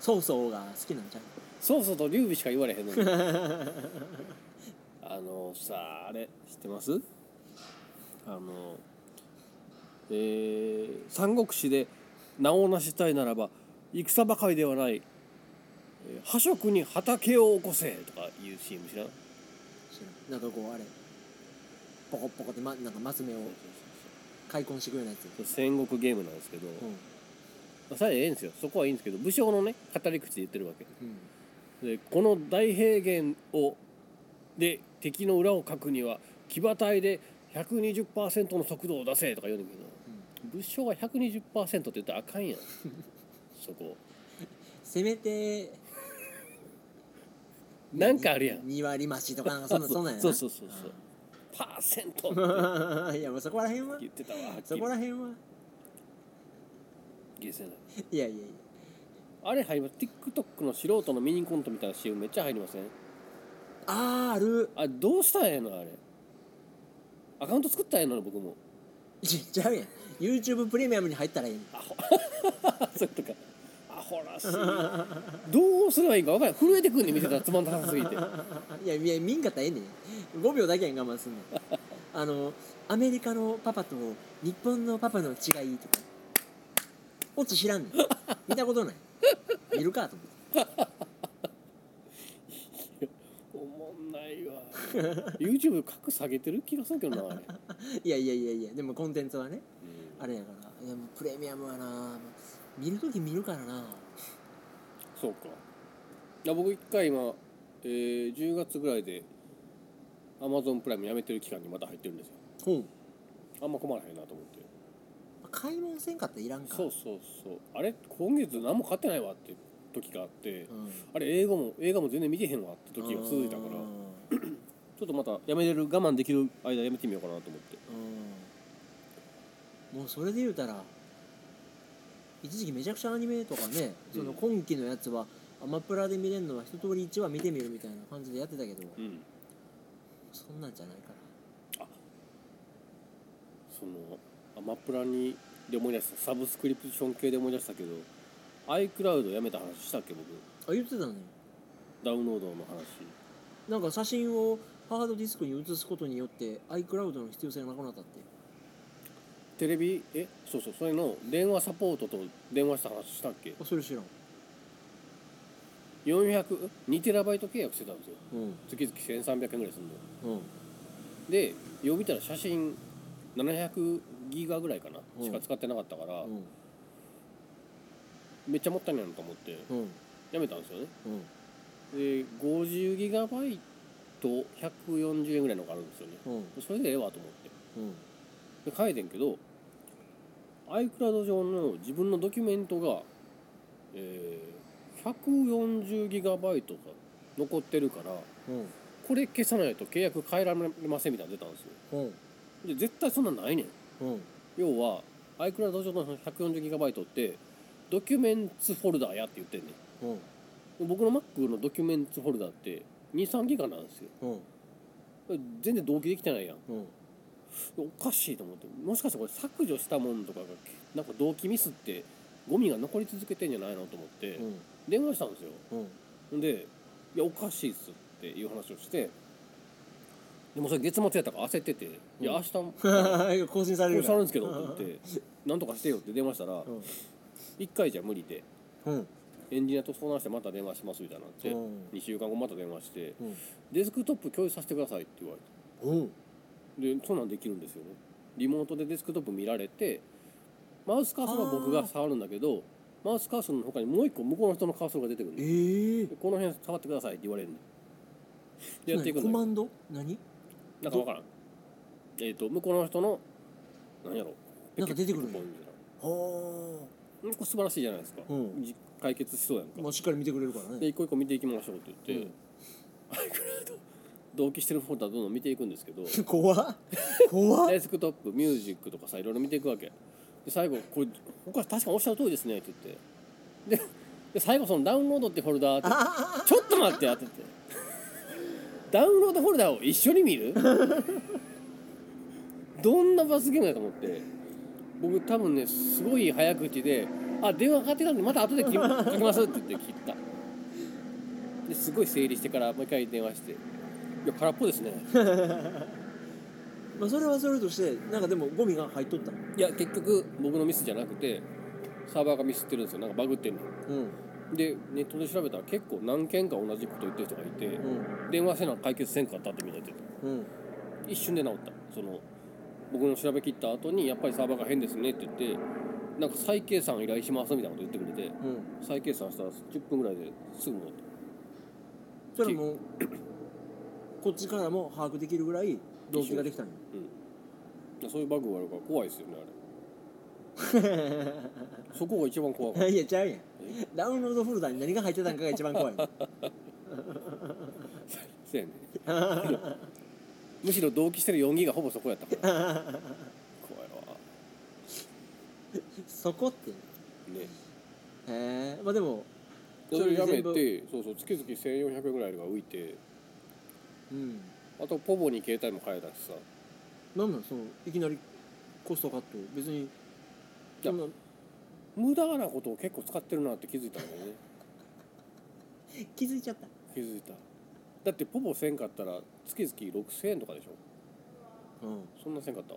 Speaker 1: 曹操が好きなんちゃう
Speaker 2: そうそうと劉備しか言われへんのに あのさあれ知ってますあのえー三国志で名を成したいならば戦ばかりではないえー「破食に畑を起こせ」とかいう CM 知らん
Speaker 1: 知らんなんかこうあれポコポコって、ま、なんかマス目を開墾してくれないやつ、
Speaker 2: 戦国ゲームなんですけど、
Speaker 1: う
Speaker 2: ま
Speaker 1: ん
Speaker 2: あ、それはええんですよそこはいいんですけど武将のね語り口で言ってるわけ
Speaker 1: うん、
Speaker 2: でこの大平原をで敵の裏をかくには騎馬隊で120%の速度を出せとか言うねんだけど武将が120%って言ったらあ かんやんそこ
Speaker 1: せめて
Speaker 2: なんかあるやん
Speaker 1: 2割増しとかなんかそんなそんなんやな
Speaker 2: そうそうそうそうパーセン トって
Speaker 1: うんいやもうそこら辺は
Speaker 2: 言ってたわはっき
Speaker 1: そ
Speaker 2: り
Speaker 1: こら辺は
Speaker 2: ゲーセンの
Speaker 1: いやいやいや
Speaker 2: あれ入ります TikTok の素人のミニコントみたいな CM めっちゃ入りません
Speaker 1: あーある
Speaker 2: あれどうしたんやのあれアカウント作ったんやの僕 も
Speaker 1: ちちゃうやん YouTube プレミアムに入ったらいい
Speaker 2: アホそれとかアホらしいどうすればいいか分からん震えてくんねん見てたらつまんなさすぎて
Speaker 1: いやいや見んかったらええねん5秒だけやん我慢 すんのあのアメリカのパパと日本のパパの違いとかオチ知らんねん見たことない見るかと思って
Speaker 2: おもんないわ YouTube 格下げてる気がするけどなあれ、
Speaker 1: いやいやいやいやでもコンテンツはねあれやからいやもうプレミアムはな見るとき見るからな
Speaker 2: そうかいや僕一回今、えー10月ぐらいで Amazon プライムやめてる期間にまた入ってるんですよ
Speaker 1: ほう
Speaker 2: あんま困らへんなと思って
Speaker 1: 買い物せんかったらいらんか
Speaker 2: そうそうそうあれ今月何も買ってないわって時があっ
Speaker 1: う
Speaker 2: て
Speaker 1: ん、
Speaker 2: あれ映画も映画も全然見てへんわって時が続いたから
Speaker 1: う
Speaker 2: ちょっとまたやめれる我慢できる間やめてみようかなと思って
Speaker 1: んもうそれで言うたら一時期めちゃくちゃアニメとかね、その今期のやつはアマプラで見れるのは一通り1話見てみるみたいな感じでやってたけど、
Speaker 2: うん
Speaker 1: そんなんじゃないから
Speaker 2: そのアマプラにで思い出したサブスクリプション系で思い出したけど iCloud やめた話したっけ僕
Speaker 1: あ言ってたね
Speaker 2: ダウンロードの話
Speaker 1: なんか写真をハードディスクに移すことによって iCloud の必要性がなくなったって
Speaker 2: テレビえそうそうそれの電話サポートと電話した話したっけ
Speaker 1: あそれ知らん
Speaker 2: 4002テラバイト契約してたんですよ
Speaker 1: うん
Speaker 2: 月々1300円ぐらいするの
Speaker 1: うん
Speaker 2: でよう見たら写真700ギガぐらいかなしか使ってなかったから、
Speaker 1: うん
Speaker 2: めっちゃもったいないなと思って
Speaker 1: うん
Speaker 2: やめたんですよね
Speaker 1: うん
Speaker 2: で50ギガバイト140円ぐらいのがあるんですよね
Speaker 1: うん
Speaker 2: それでええわと思って
Speaker 1: うん
Speaker 2: で書いてんけど iCloud 上の自分のドキュメントが、えー、140ギガバイトか残ってるから
Speaker 1: うん
Speaker 2: これ消さないと契約変えられませんみたいなの出たんですよ
Speaker 1: うん
Speaker 2: で絶対そんなんないねん
Speaker 1: うん
Speaker 2: 要は iCloud 上の 140GB ってドキュメンツフォルダーやって言ってんねん
Speaker 1: うん
Speaker 2: 僕の Mac のドキュメンツフォルダーって23ギガなんですよ
Speaker 1: うん
Speaker 2: 全然同期できてないやん
Speaker 1: うん
Speaker 2: おかしいと思ってもしかしてこれ削除したものとかがなんか同期ミスってゴミが残り続けてんじゃないのと思って
Speaker 1: うん
Speaker 2: 電話したんですよ
Speaker 1: うん
Speaker 2: ほんで「いやおかしいっす」っていう話をしてでもそれ月末やったから焦ってて「いや
Speaker 1: うん
Speaker 2: 明 日も
Speaker 1: 更新されるか
Speaker 2: 殺され
Speaker 1: ら
Speaker 2: るんですけど」って言って「なんとかしてよ」って電話したら
Speaker 1: うん
Speaker 2: 「1回じゃ無理で
Speaker 1: うん
Speaker 2: エンジニアと相談してまた電話します」みたいになって
Speaker 1: うん
Speaker 2: 2週間後また電話して
Speaker 1: うん
Speaker 2: 「デスクトップ共有させてください」って言われて。
Speaker 1: うん
Speaker 2: でそんなんできるんですよねリモートでデスクトップ見られてマウスカーソルは僕が触るんだけどマウスカーソルの他にもう一個向こうの人のカーソルが出てくるんで
Speaker 1: ええ
Speaker 2: でこの辺触ってくださいって言われるんででやっていく
Speaker 1: コ
Speaker 2: んだ
Speaker 1: マ
Speaker 2: よ
Speaker 1: ンド何
Speaker 2: なんかわからんえっ、と向こうの人の何やろ
Speaker 1: なんか出てくる
Speaker 2: ん
Speaker 1: ん
Speaker 2: だ
Speaker 1: だ
Speaker 2: よ
Speaker 1: よは
Speaker 2: これ素晴らしいじゃないですか、
Speaker 1: うん
Speaker 2: じ解決しそうやんか
Speaker 1: あもうしっかり見てくれるから
Speaker 2: で
Speaker 1: ね
Speaker 2: 一個一個見ていきましょうって言って、iCloud 同期してるフォルダどんどん見ていくんですけど
Speaker 1: 怖っ怖っ
Speaker 2: デスクトップミュージックとかさいろいろ見ていくわけで最後これ僕は確かおっしゃる通りですねって言ってでで最後そのダウンロードってフォルダーって
Speaker 1: あ
Speaker 2: ちょっと待ってやっててダウンロードフォルダーを一緒に見るどんな罰ゲームだと思って僕多分ねすごい早口で「あ電話かかってきたんでまた後で切りかけます」って言って切ったですごい整理してからもう一回電話して「いや空っぽですね」
Speaker 1: まあそれはそれとしてなんかでもゴミが入っとった
Speaker 2: いや結局僕のミスじゃなくてサーバーがミスってるんですよなんかバグってるの
Speaker 1: うん
Speaker 2: でネットで調べたら結構何件か同じこと言ってる人がいて、
Speaker 1: うん
Speaker 2: 電話せな解決せんかったってみんな言って
Speaker 1: うん
Speaker 2: た一瞬で治ったその僕の調べきった後にやっぱりサーバーが変ですねって言ってなんか再計算依頼しますみたいなこと言ってくれて
Speaker 1: うん
Speaker 2: 再計算したら10分ぐらいですぐ戻って
Speaker 1: それはもうこっちからも把握できるぐらい動機ができたんよ
Speaker 2: うんそういうバグがあるから怖いですよねあれそこが一番怖かっ
Speaker 1: いやちゃうやんダウンロードフォルダに何が入ってたんかが一番怖 い
Speaker 2: たせやねむしろ同期してる4ギがほぼそこやったから怖いわ
Speaker 1: そこってへ
Speaker 2: ね
Speaker 1: えまあでも
Speaker 2: それやめ
Speaker 1: 全部
Speaker 2: てそうそう月々1400円ぐらいが浮いて
Speaker 1: うん
Speaker 2: あとポボに携帯も変えたしさ
Speaker 1: なんなんそのいきなりコストカット別にそんな
Speaker 2: 無駄なことを結構使ってるなって気づいたんだよね
Speaker 1: 気づいちゃった
Speaker 2: 気づいただってポボせんかったら月々6000円とかでしょ
Speaker 1: うん
Speaker 2: そんなせんかった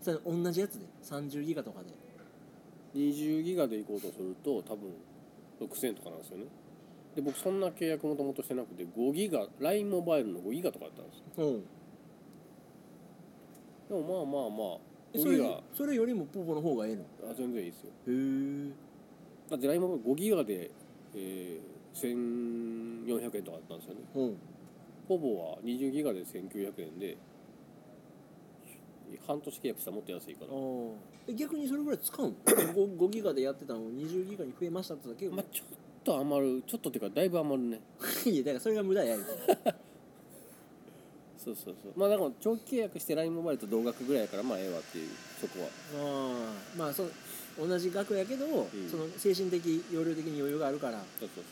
Speaker 1: それ同じやつで30ギガとかで
Speaker 2: 20ギガで行こうとすると多分6000円とかなんですよねで僕そんな契約もともとしてなくて5ギガ LINE モバイルの5ギガとかだったんですよ
Speaker 1: うん
Speaker 2: でもまあまあまあ
Speaker 1: そ
Speaker 2: 5
Speaker 1: れ
Speaker 2: ギガ
Speaker 1: それよりもポポの方がええの
Speaker 2: あ全然いいですよ
Speaker 1: へえ
Speaker 2: だって LINE モバイル5ギガで、えー、1400円とかだったんですよね
Speaker 1: うん
Speaker 2: ほぼは20ギガで1900円で半年契約したらもっと安いから
Speaker 1: ああ逆にそれぐらい使 うん 5, ギガでやってたのを20ギガに増えましたってだけよ、
Speaker 2: まあちょっと余るちょっとっていうかだいぶ余るね
Speaker 1: いやだからそれが無駄や言うて
Speaker 2: そうそうそうまあだから長期契約して LINE モバイルと同額ぐらいやからまあええわっていうそこは
Speaker 1: ああまあそ同じ額やけど、
Speaker 2: ん
Speaker 1: その精神的容量的に余裕があるからあ
Speaker 2: そうそう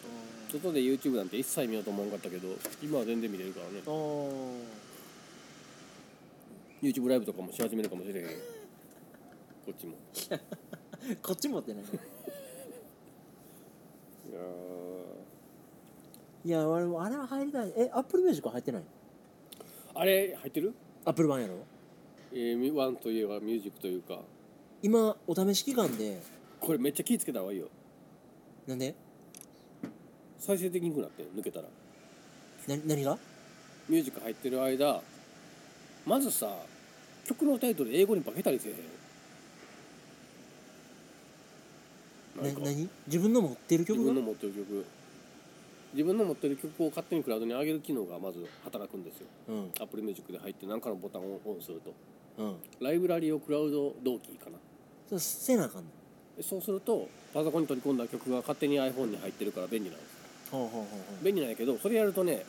Speaker 2: そう外で YouTube なんて一切見ようと思わんかったけど今は全然見れるからね
Speaker 1: あ
Speaker 2: YouTube ライブとかもし始めるかもしれへんけどこっちも
Speaker 1: こっち持ってない
Speaker 2: いや
Speaker 1: いやあれあれは入りたいえアップルミュージックは入ってないの
Speaker 2: あれ入ってる
Speaker 1: アップル版やろ
Speaker 2: ?M1 といえばミュージックというか
Speaker 1: 今お試し期間で
Speaker 2: これめっちゃ気ぃつけた方がいいよ
Speaker 1: なんで
Speaker 2: 再生できなくなってん抜けたら
Speaker 1: な何が
Speaker 2: ミュージック入ってる間まずさ曲のタイトル英語に化けたりせえへ
Speaker 1: なん
Speaker 2: なんか
Speaker 1: 何自分の持ってる
Speaker 2: 自
Speaker 1: 曲
Speaker 2: 分
Speaker 1: が
Speaker 2: の持ってる曲自分の持ってる曲を勝手にクラウドに上げる機能がまず働くんですよ
Speaker 1: うん
Speaker 2: アップルミュージックで入って何かのボタンをオンすると
Speaker 1: うん
Speaker 2: ライブラリをクラウド同期かな
Speaker 1: そうせなあかんの
Speaker 2: でそうするとパソコンに取り込んだ曲が勝手に iPhone に入ってるから便利なんです
Speaker 1: あほうほうほうほう
Speaker 2: 便利なんやけどそれやるとね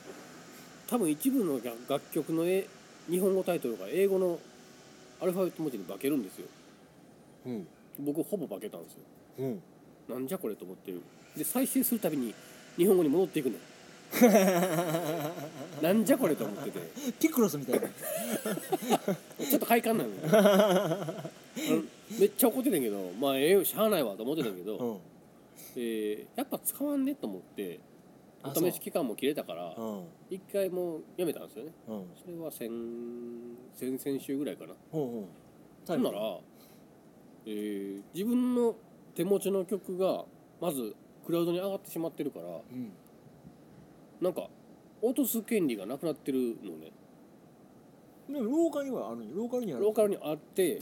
Speaker 2: 多分一部の楽楽曲のえ日本語タイトルが英語のアルファベット文字に化けるんですよ
Speaker 1: うん
Speaker 2: 僕ほぼ化けたんですよ
Speaker 1: うん
Speaker 2: なんじゃこれと思ってるで再生するたびに日本語に戻ってい くのなんじゃこれと思ってて
Speaker 1: ピクロスみたいな
Speaker 2: ちょっと快感なのようんめっちゃ怒ってたんやけどまあええよしゃあないわと思ってたんやけど、
Speaker 1: うん
Speaker 2: えーやっぱ使わんねと思ってお
Speaker 1: あ
Speaker 2: 試し期間も切れたから
Speaker 1: うん
Speaker 2: 一回もうやめたんですよね
Speaker 1: うん
Speaker 2: それは先先々週ぐらいかな
Speaker 1: ほう
Speaker 2: ほ
Speaker 1: ほうん
Speaker 2: なら、えー自分の手持ちの曲がまずクラウドに上がってしまってるから
Speaker 1: うん
Speaker 2: なんか落とす権利がなくなってるのね
Speaker 1: でもローカルにはあるんよローカルにはある
Speaker 2: ローカルにあって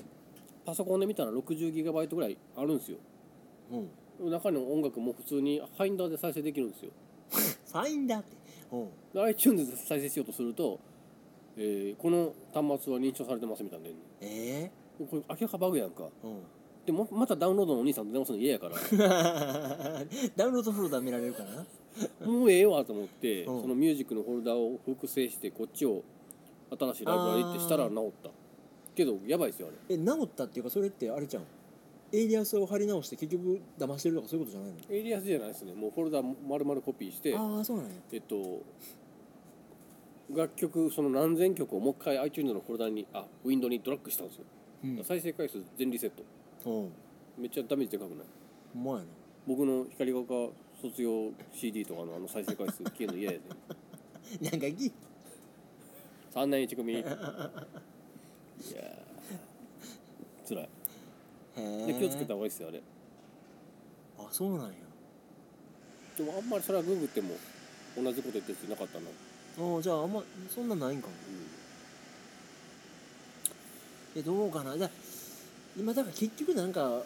Speaker 2: パソコンで見たら 60GB ぐらいあるんですよ
Speaker 1: うん
Speaker 2: 中の音楽も普通にハインダーで再生できるんですよ
Speaker 1: ファインダーってうん
Speaker 2: で iTunes で再生しようとすると、えーこの端末は認証されてますみたいなね
Speaker 1: え
Speaker 2: これ明らかバグやんか
Speaker 1: えうん
Speaker 2: でもまたダウンロードのお兄さんと電話するの嫌やから
Speaker 1: ダウンロードフォルダ見られるからな
Speaker 2: もうええわと思って、
Speaker 1: うん
Speaker 2: そのミュージックのフォルダを複製してこっちを新しいライブラリってしたら治ったけどやばいですよあれ
Speaker 1: え治ったっていうかそれってあれじゃんエイリアスを貼り直して結局騙してるとかそういうことじゃない
Speaker 2: エイリアスじゃないですねもうフォルダ丸々コピーして
Speaker 1: のああそうなんや
Speaker 2: えっと楽曲その何千曲をもう一回 iTunes のフォルダにあウィンドウにドラッグしたんですよ、
Speaker 1: うん
Speaker 2: 再生回数全リセット
Speaker 1: うん
Speaker 2: めっちゃダメージでかくない
Speaker 1: ほんまやな
Speaker 2: 僕の光が丘卒業 CD とかのあの再生回数消えるの嫌やで
Speaker 1: なんかぎ
Speaker 2: 3年1組いや ー辛い
Speaker 1: へえ
Speaker 2: で気をつけた方がいいですよあれ
Speaker 1: あそうなんや
Speaker 2: でもあんまりそれはググっても同じこと言ってる人いなかったな、
Speaker 1: ああじゃああんまそんなんないんかもえどうかなじゃあ今だから結局なんか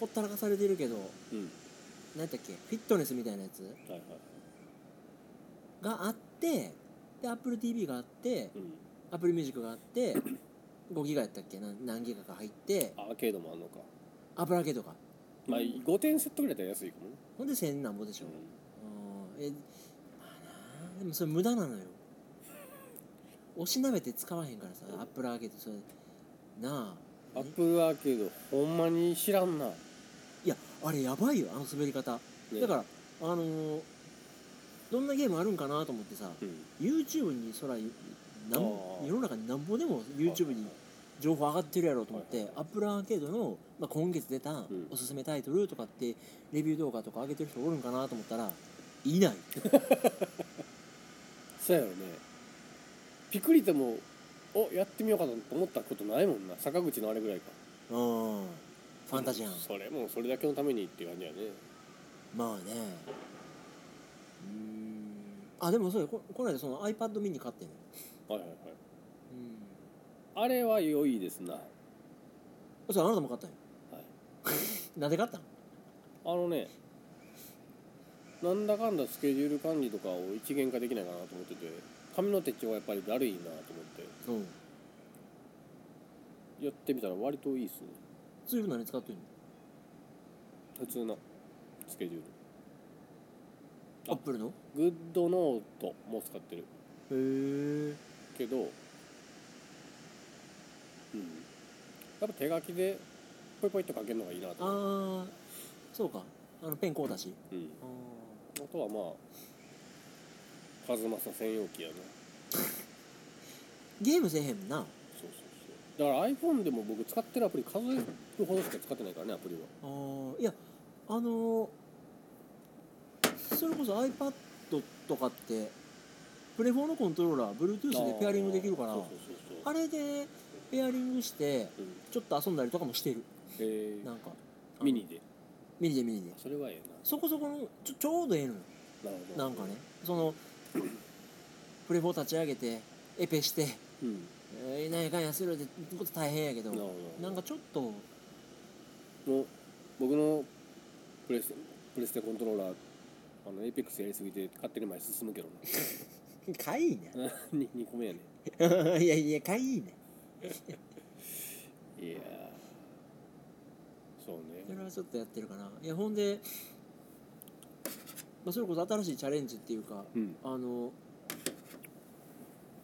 Speaker 1: ほったらかされてるけど
Speaker 2: うんうん
Speaker 1: 何やったっけフィットネスみたいなやつ
Speaker 2: はいはい
Speaker 1: があってで AppleTV があって
Speaker 2: うん
Speaker 1: AppleMusic があって5ギガやったっけ何何ギガか入って
Speaker 2: アーケードもあんのか
Speaker 1: 油揚げとか
Speaker 2: まあ5点セットぐらいだったら安いかもね、
Speaker 1: ほんで1000なんぼでし
Speaker 2: う
Speaker 1: ょ、う
Speaker 2: ん
Speaker 1: んえまあなあでもそれ無駄なのよおしなべて使わへんからさアップルアーケードそれなあ
Speaker 2: アップルアーケードほんまに知らんな、ね
Speaker 1: いやあれやばいよあの滑り方だからあのーどんなゲームあるんかなと思ってさ
Speaker 2: うん
Speaker 1: YouTube にそらなん
Speaker 2: あー
Speaker 1: 世の中になんぼでも YouTube に情報上がってるやろうと思って、
Speaker 2: はいはい
Speaker 1: アップルアーケードの、まあ、今月出た
Speaker 2: ん
Speaker 1: おすすめタイトルとかってレビュー動画とか上げてる人おるんかなと思ったらい ない
Speaker 2: そうやろねピクリともおやってみようかなと思ったことないもんな坂口のあれぐらいか
Speaker 1: うんファンタジアン
Speaker 2: それもうそれだけのためにっていう感じやね
Speaker 1: まあねうーんあでもそうやここの間その iPad ミニ買ってんの
Speaker 2: はいはいはい
Speaker 1: うん
Speaker 2: あれは良いですな、は
Speaker 1: それあなたも買ったんよ
Speaker 2: い、
Speaker 1: なんで買ったん
Speaker 2: あのねなんだかんだスケジュール管理とかを一元化できないかなと思ってて紙の手帳はやっぱりだるいなと思っ
Speaker 1: うん
Speaker 2: てやってみたら割といいっすね
Speaker 1: そういうの何使ってんの
Speaker 2: 普通なスケジュール
Speaker 1: アップルのへ
Speaker 2: グッドノートも使ってる
Speaker 1: え
Speaker 2: けど、うん、やっぱ手書きでポイポイっと書けるのがいいなと思う
Speaker 1: ああそうかあのペンこうだし
Speaker 2: うん、
Speaker 1: あ
Speaker 2: あとはまあ数正専用機やな
Speaker 1: ーゲームせえへんなあ
Speaker 2: そうそうそうだから iPhone でも僕使ってるアプリ数えるほどしか使ってないからねアプリは
Speaker 1: ーいやあのーそれこそ iPad とかってプレフォーのコントローラー Bluetooth でペアリングできるから
Speaker 2: そうそうそうそ
Speaker 1: あ
Speaker 2: う
Speaker 1: れでペアリングして
Speaker 2: うん
Speaker 1: ちょっと遊んだりとかもしてる
Speaker 2: え
Speaker 1: なんか
Speaker 2: ー、ミニで
Speaker 1: ミニでミニで
Speaker 2: それはえ
Speaker 1: そこそこのちょちょうどええのよ
Speaker 2: えななるほど
Speaker 1: なんかねそ のプレフォー立ち上げてエペして
Speaker 2: うん
Speaker 1: えーなんやかんやするってこと大変やけど
Speaker 2: なるほど
Speaker 1: なんかちょっと
Speaker 2: もう僕のプレステプレステコントローラーあのエイペックスやりすぎて勝手に前進むけど
Speaker 1: かいい ね
Speaker 2: なに2個目やね
Speaker 1: いやいやかいいね
Speaker 2: いやーそう
Speaker 1: それ
Speaker 2: ね
Speaker 1: はちょっとやってるかないやほんでまあ、それこそ新しいチャレンジっていうか
Speaker 2: うん
Speaker 1: あの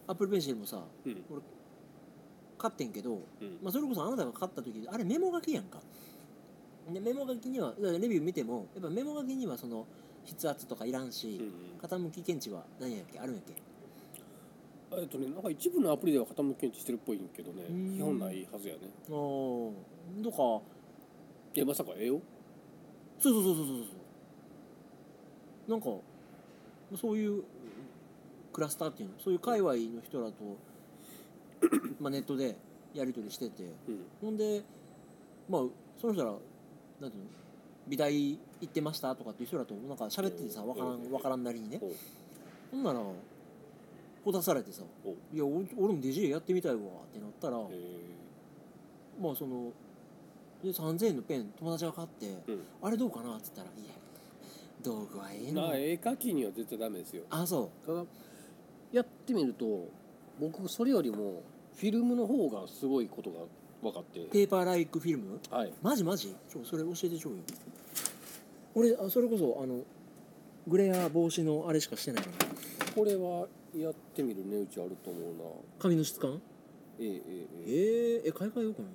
Speaker 1: アップルペンシルもさ
Speaker 2: うん
Speaker 1: 買ってんけど、
Speaker 2: うん
Speaker 1: まあ、それこそあなたが買った時あれメモ書きやんかでメモ書きにはだからレビュー見てもやっぱメモ書きにはその筆圧とかいらんし、傾き検知は何やっけあるんやっけ
Speaker 2: うんえっとねなんか一部のアプリでは傾き検知してるっぽいんけどね
Speaker 1: うん
Speaker 2: 基本ないはずやね
Speaker 1: おどか
Speaker 2: いやまさかええよ
Speaker 1: そうそうそうそうそうそうなんかそういうクラスターっていうのそういう界隈の人らと まあネットでやり取りしてて
Speaker 2: うん
Speaker 1: ほんでまあその人らなんていうの美大行ってましたとかっていう人らとなんか喋っててさわから
Speaker 2: うん
Speaker 1: んわからんなりにね
Speaker 2: ほう
Speaker 1: ほんならこう出されてさ
Speaker 2: お
Speaker 1: 「いや俺俺も DJ やってみたいわ」ってなったら
Speaker 2: え
Speaker 1: まあそので3000円のペン友達が買って
Speaker 2: ーうん
Speaker 1: あれどうかなって言ったら「いや道具はええ
Speaker 2: ま
Speaker 1: の
Speaker 2: あ絵描きには絶対ダメですよ
Speaker 1: あそ
Speaker 4: ただやってみると僕それよりもフィルムの方がすごいことが分かっ
Speaker 1: う
Speaker 4: て
Speaker 1: ペーパーライクフィルム
Speaker 4: はい
Speaker 1: マジマジちょそれ教えてちょうよ俺あそれこそあのグレア防止のあれしかしてないから
Speaker 4: これはやってみる値打ちあると思うな
Speaker 1: 紙の質感
Speaker 4: ええええええ
Speaker 1: えええ買い替えようかな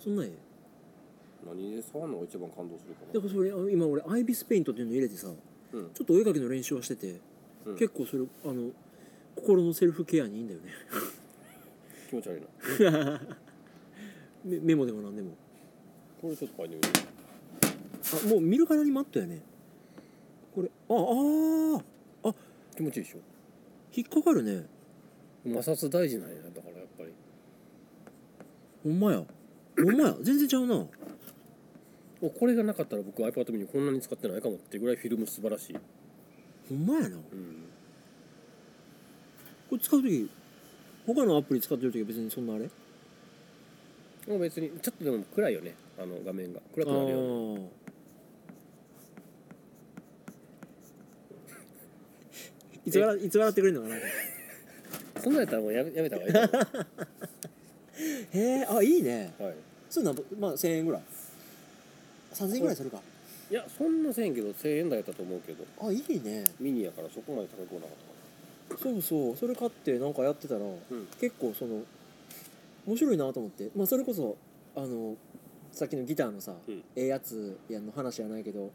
Speaker 1: そんなんえ
Speaker 4: 何で触るのが一番感動するか
Speaker 1: え
Speaker 4: な
Speaker 1: だからそれあの今俺アイビスペイントっていうの入れてさ、
Speaker 4: うん
Speaker 1: ちょっとお絵描きの練習はしてて、
Speaker 4: うん
Speaker 1: 結構それあの心のセルフケアにいいんだよね
Speaker 4: 気持ち悪いな
Speaker 1: メメモでもなんでも
Speaker 4: これちょっと書いてみる
Speaker 1: あもう見るからにマットやねこれあああ
Speaker 2: 気持ちいいでしょ
Speaker 1: 引っかかるね
Speaker 2: 摩擦大事なんやだからやっぱり
Speaker 1: ほんまやほんまや全然ちゃうな
Speaker 2: おこれがなかったら僕 iPad mini こんなに使ってないかもってぐらいフィルム素晴らしい、
Speaker 1: ほんまやなこ
Speaker 2: うん、
Speaker 1: れ使う時他のアプリ使ってる時は別にそんなあれ
Speaker 2: もう別にちょっとでも暗いよねあの画面が暗く
Speaker 1: あ
Speaker 2: なるよね
Speaker 1: ーいつ笑いつ笑ってくれるのかなへ
Speaker 2: そんなんやったらもうやめやめた方がいいと 思
Speaker 1: えあいいね
Speaker 2: う、はい、
Speaker 1: そういうのはまあ1000円ぐらい3000円ぐらいするか
Speaker 2: いやそんなせんけど1000円台やったと思うけど
Speaker 1: あいいね
Speaker 2: ミニやからそこまで高くはなかったか
Speaker 1: そうそうそれ買ってなんかやってたら、
Speaker 2: ん
Speaker 1: 結構その面白いなと思って、まあ、それこそあのさっきのギターのさ、
Speaker 2: うん
Speaker 1: ええやつやんの話やないけど、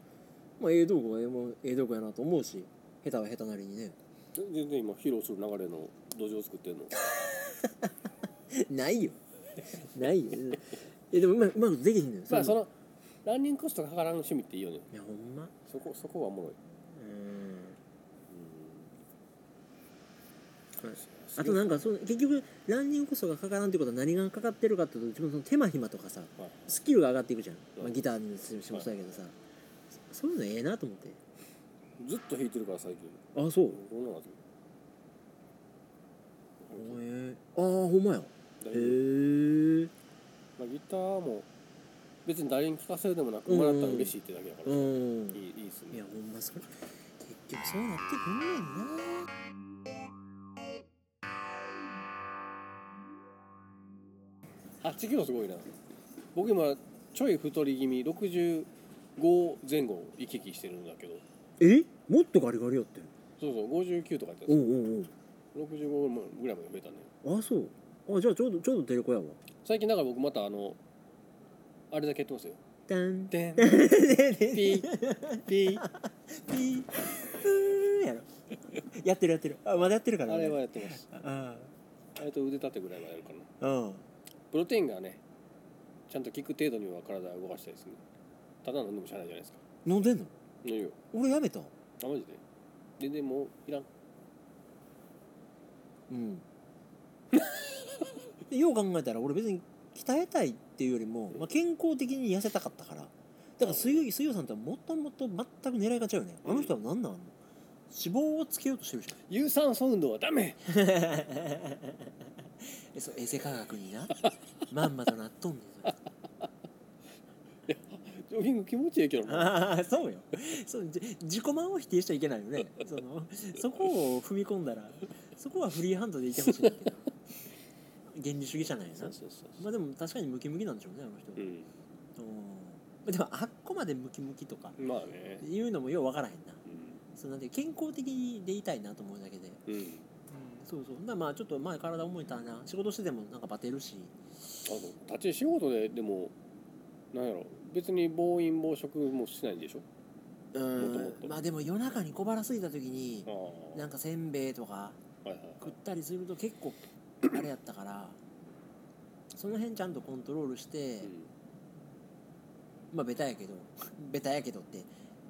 Speaker 1: まあ、ええ道具はええもんええ道具やなと思うし下手は下手なりにね
Speaker 2: な全然今披露する流れの土壌を作ってんの
Speaker 1: ないよ ないよえでもうまうまくできへんのよ
Speaker 2: まあそ
Speaker 1: の
Speaker 2: のランニングコストがかからん趣味っていいよね
Speaker 1: いやほんま
Speaker 2: そこそこはおもろい
Speaker 1: あとなんかその結局ランニングこそがかからんってことは何がかかってるかっていうと自分のその手間暇とかさ、
Speaker 2: はい
Speaker 1: スキルが上がっていくじゃん、ま
Speaker 2: は
Speaker 1: あ、
Speaker 2: い
Speaker 1: ギターにしてもそうやけどさ、そそういうのええなと思って
Speaker 2: ずっと弾いてるから最近
Speaker 1: あそう
Speaker 2: どんなのだ
Speaker 1: えああほんまやへ
Speaker 2: け
Speaker 1: えうん
Speaker 2: まあ、ギターも別に誰に聴かせるでもなくもらったら嬉しいってだけだから、いいいいっす
Speaker 1: い
Speaker 2: ね
Speaker 1: やほんまそれ結局そうなってくんねんな
Speaker 2: 8キロすごいな僕今ちょい太り気味65前後を行き来してるんだけど
Speaker 1: えもっとガリガリやってる
Speaker 2: そうそう59とか言ってた
Speaker 1: おうん
Speaker 2: で
Speaker 1: お
Speaker 2: すよ65ぐらいまで増えたね
Speaker 1: おおあそうあじゃあちょうどちょうどテレコやわ
Speaker 2: 最近だから僕またあのあれだけやってますよ
Speaker 1: ダン
Speaker 2: でん
Speaker 1: ピ
Speaker 2: ピー ピー
Speaker 1: ピープーやろ やってるやってるあまだやってるから
Speaker 2: あ
Speaker 1: ね
Speaker 2: れはやってます
Speaker 1: あ
Speaker 2: あれと腕立てぐらいはやるかな
Speaker 1: あうん
Speaker 2: プロテインがねちゃんと効く程度には体を動かしたいですねただ飲んでもしゃあないじゃないですか
Speaker 1: 飲んでんの
Speaker 2: 飲むよ
Speaker 1: 俺やめた
Speaker 2: あマジで全然もういらん
Speaker 1: うん でよう考えたら俺別に鍛えたいっていうよりも、まあ、健康的に痩せたかったからだから水曜水曜さんとはもともと全く狙いが違うよねあの人は何なんの脂肪をつけようとしてるじゃん
Speaker 2: 有酸素運動はダメ
Speaker 1: えそう衛生科学になまんまとなっとんねんそれ
Speaker 2: ジョギング気持ちいいけどな
Speaker 1: ああ そうよそうじ自己満を否定しちゃいけないよねそのそこを踏み込んだらそこはフリーハンドでいてほしいんだけど原理主義者なんや
Speaker 2: そ
Speaker 1: な
Speaker 2: うそうそう
Speaker 1: まあでも確かにムキムキなんでしょうねあの人、
Speaker 2: うん
Speaker 1: うんでもあっこまでムキムキとか
Speaker 2: まあね
Speaker 1: 言うのもようわからへんな
Speaker 2: うん
Speaker 1: そうなんて健康的でいたいなと思うだけで、
Speaker 2: うん
Speaker 1: そうそうだまあちょっと前体重いたな仕事しててもなんかバテるし
Speaker 2: あの立ち仕事ででもなんやろ別に暴飲暴食もしないんでしょ
Speaker 1: う
Speaker 2: もとも
Speaker 1: ん
Speaker 2: と
Speaker 1: まあでも夜中に小腹空いた時に
Speaker 2: あ
Speaker 1: なんかせんべいとか
Speaker 2: あはいはい
Speaker 1: 食ったりすると結構あれやったからその辺ちゃんとコントロールして、まあベタやけど ベタやけどって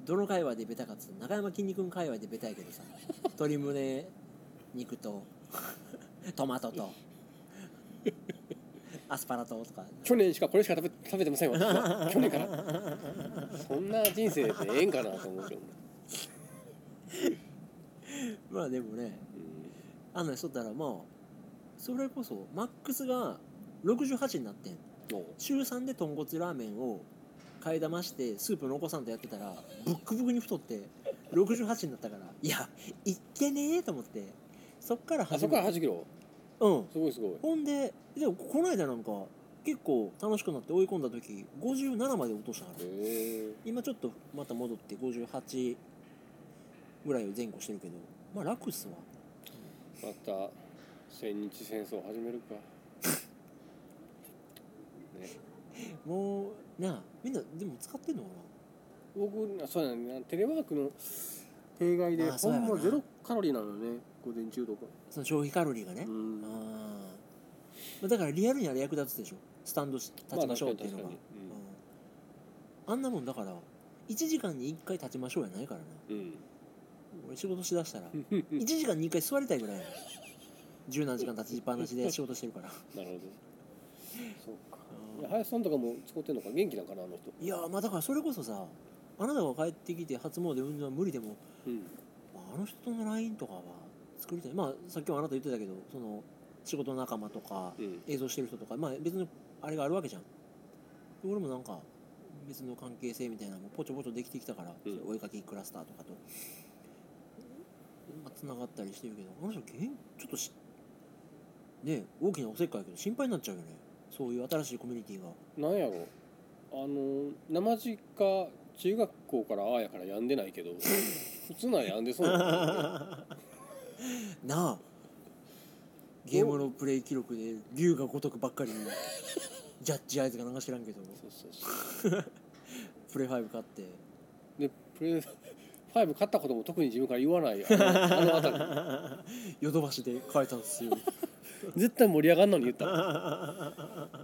Speaker 1: どの界隈でベタかっつうと中山きんに君界隈でベタやけどさ鶏胸肉とトマトとアスパラととか
Speaker 2: 去年しかこれしか食べ食べてませんわ去年からそんな人生でええんかなと思うけどね、
Speaker 1: まあでもね案内しとったらまあそれこそマックスが68になってん
Speaker 2: うん、も
Speaker 1: 週3で豚骨ラーメンを買いだましてスープ残さんとやってたらブックブクに太って68になったからいやいってねえと思ってそっから
Speaker 2: あそ
Speaker 1: 始
Speaker 2: こ
Speaker 1: め
Speaker 2: から8キロ
Speaker 1: うん
Speaker 2: すごいすごい
Speaker 1: ほんででもこの間なんか結構楽しくなって追い込んだ時57まで落としたから
Speaker 2: へ
Speaker 1: 今ちょっとまた戻って58ぐらいを前後してるけどまあ楽っすわ
Speaker 2: えまた千日戦争始めるかね
Speaker 1: もうなあみんなでも使ってんのか
Speaker 2: 僕そうだねテレワークの弊害で
Speaker 1: まあそう
Speaker 2: ほ
Speaker 1: やろ
Speaker 2: ん
Speaker 1: な
Speaker 2: まゼロカロリーなのよね午前中とか
Speaker 1: なその消費カロリーがね、
Speaker 2: うん
Speaker 1: あーまあだからリアルにあれ役立つでしょスタンドし立ちましょうっていうのが、
Speaker 2: まあ確かに確か
Speaker 1: うんあんなもんだから1時間に1回立ちましょうやないからな
Speaker 2: にうん
Speaker 1: 俺仕事しだしたら1時間に1回座りたいぐらいやねん十何時間立ちっぱなしで仕事してるから
Speaker 2: なるほどそうかいや林さんとかも使ってんのか元気なんかなあの人
Speaker 1: いやまあだからそれこそさあなたが帰ってきて初詣運動は無理でも、
Speaker 2: うん
Speaker 1: まあ、あの人との LINE とかは作りたいまあさっきもあなた言ってたけどその仕事仲間とか
Speaker 2: うん
Speaker 1: 映像してる人とかまあ別のあれがあるわけじゃん俺もなんか別の関係性みたいなのもポチョポチョできてきたから、
Speaker 2: うん
Speaker 1: お絵かきクラスターとかとまあつながったりしてるけどあの人けんちょっとしねえ大きなおせっかいやけど心配になっちゃうよねそういう新しいコミュニティが
Speaker 2: なんやろあの生実家中学校からああやからやんでない けど普通ならやんでそうなんだよね
Speaker 1: なあゲームのプレイ記録で竜が如くばっかりのジャッジアイズがなんか知らんけど
Speaker 2: そうそうそう
Speaker 1: プレイ5買って
Speaker 2: でプレイ5勝ったことも特に自分から言わないあのあの辺 り
Speaker 1: ヨドバシで買えたんですよ
Speaker 2: 絶対盛り上がんのに言った不思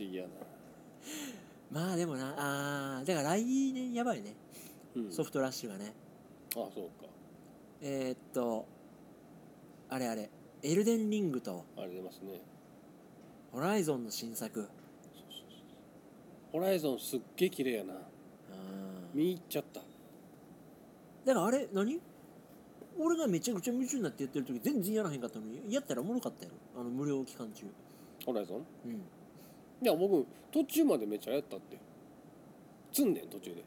Speaker 2: 議やな、
Speaker 1: まあでもなあーだから来年やばいね
Speaker 2: うん、
Speaker 1: ソフトラッシュがね、
Speaker 2: あそうか
Speaker 1: えーっとあれあれエルデンリングと
Speaker 2: あれ出ますね
Speaker 1: ホライゾンの新作
Speaker 2: ホライゾンすっげえ綺麗やな
Speaker 1: うん
Speaker 2: 見入っちゃった
Speaker 1: だからあれ何俺がめちゃくちゃ夢中になってやってる時全然やらへんかったのにやったらおもろかったやろあの無料期間中
Speaker 2: ホライゾン
Speaker 1: うん
Speaker 2: いや僕途中までめっちゃやったって積んでん途中で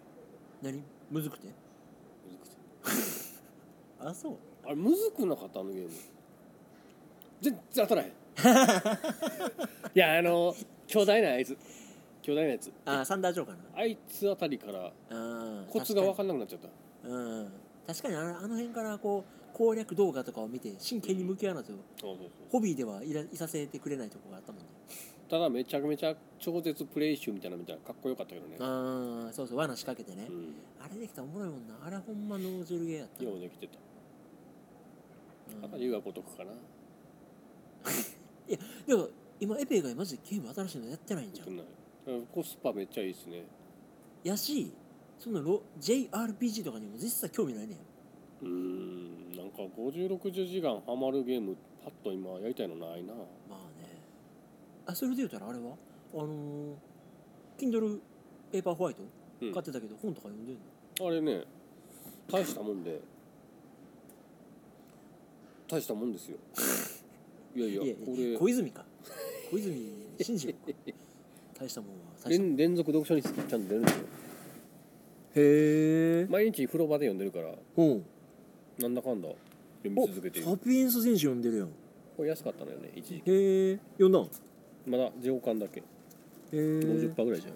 Speaker 1: 何むずくて
Speaker 2: むずくて
Speaker 1: あそう
Speaker 2: あれむずくなかったあのゲーム全然当たらへ んいやあの巨大なあいつ巨大なやつ
Speaker 1: あーサンダージョーかな
Speaker 2: あいつあたりから
Speaker 1: あー
Speaker 2: コツが分
Speaker 1: 確
Speaker 2: かんなくなっちゃった
Speaker 1: かにうん確かにあのあの辺からこう攻略動画とかを見て真剣に向き合わないと
Speaker 2: そうそうそ
Speaker 1: ホビーではいらいさせてくれないとこがあったもんね
Speaker 2: うただめちゃくめちゃ超絶プレイ集みたいなの見たらかっこよかったけどね
Speaker 1: ああそうそう罠仕掛けてね、
Speaker 2: うん
Speaker 1: あれできたらおもろいもんなあれほんまノージュルゲーやったな
Speaker 2: ようできてた
Speaker 1: うん
Speaker 2: だから優雅ごとくかな
Speaker 1: でも今エペ以外マジでゲーム新しいのやってないんじゃ
Speaker 2: 少
Speaker 1: ん
Speaker 2: ないうんコスパめっちゃいいですね
Speaker 1: やしそのロ JRPG とかにも実際興味ないねん
Speaker 2: うーんなんか5060時間ハマるゲームパッと今やりたいのないな
Speaker 1: まあねあそれで言うたらあれはあのー、Kindle ペーパーホワイト
Speaker 2: うん
Speaker 1: 買ってたけど本とか読んでんの
Speaker 2: あれね大したもんで大したもんですよいやいや
Speaker 1: いや
Speaker 2: こ
Speaker 1: いや小
Speaker 2: れ
Speaker 1: 泉か小泉進次郎か大したもんは大したもん
Speaker 2: 連連続読書にちゃんと出るんですよ
Speaker 1: へえ
Speaker 2: 毎日風呂場で読んでるから
Speaker 1: うん
Speaker 2: なんだかんだ読み
Speaker 1: お
Speaker 2: 続けてい
Speaker 1: サ
Speaker 2: る
Speaker 1: ピエンス選手読んでるやん
Speaker 2: これ安かったのよね一時期
Speaker 1: へえ読んだんへ
Speaker 2: まだ上巻だけ
Speaker 1: え
Speaker 2: 50%ぐらいじゃん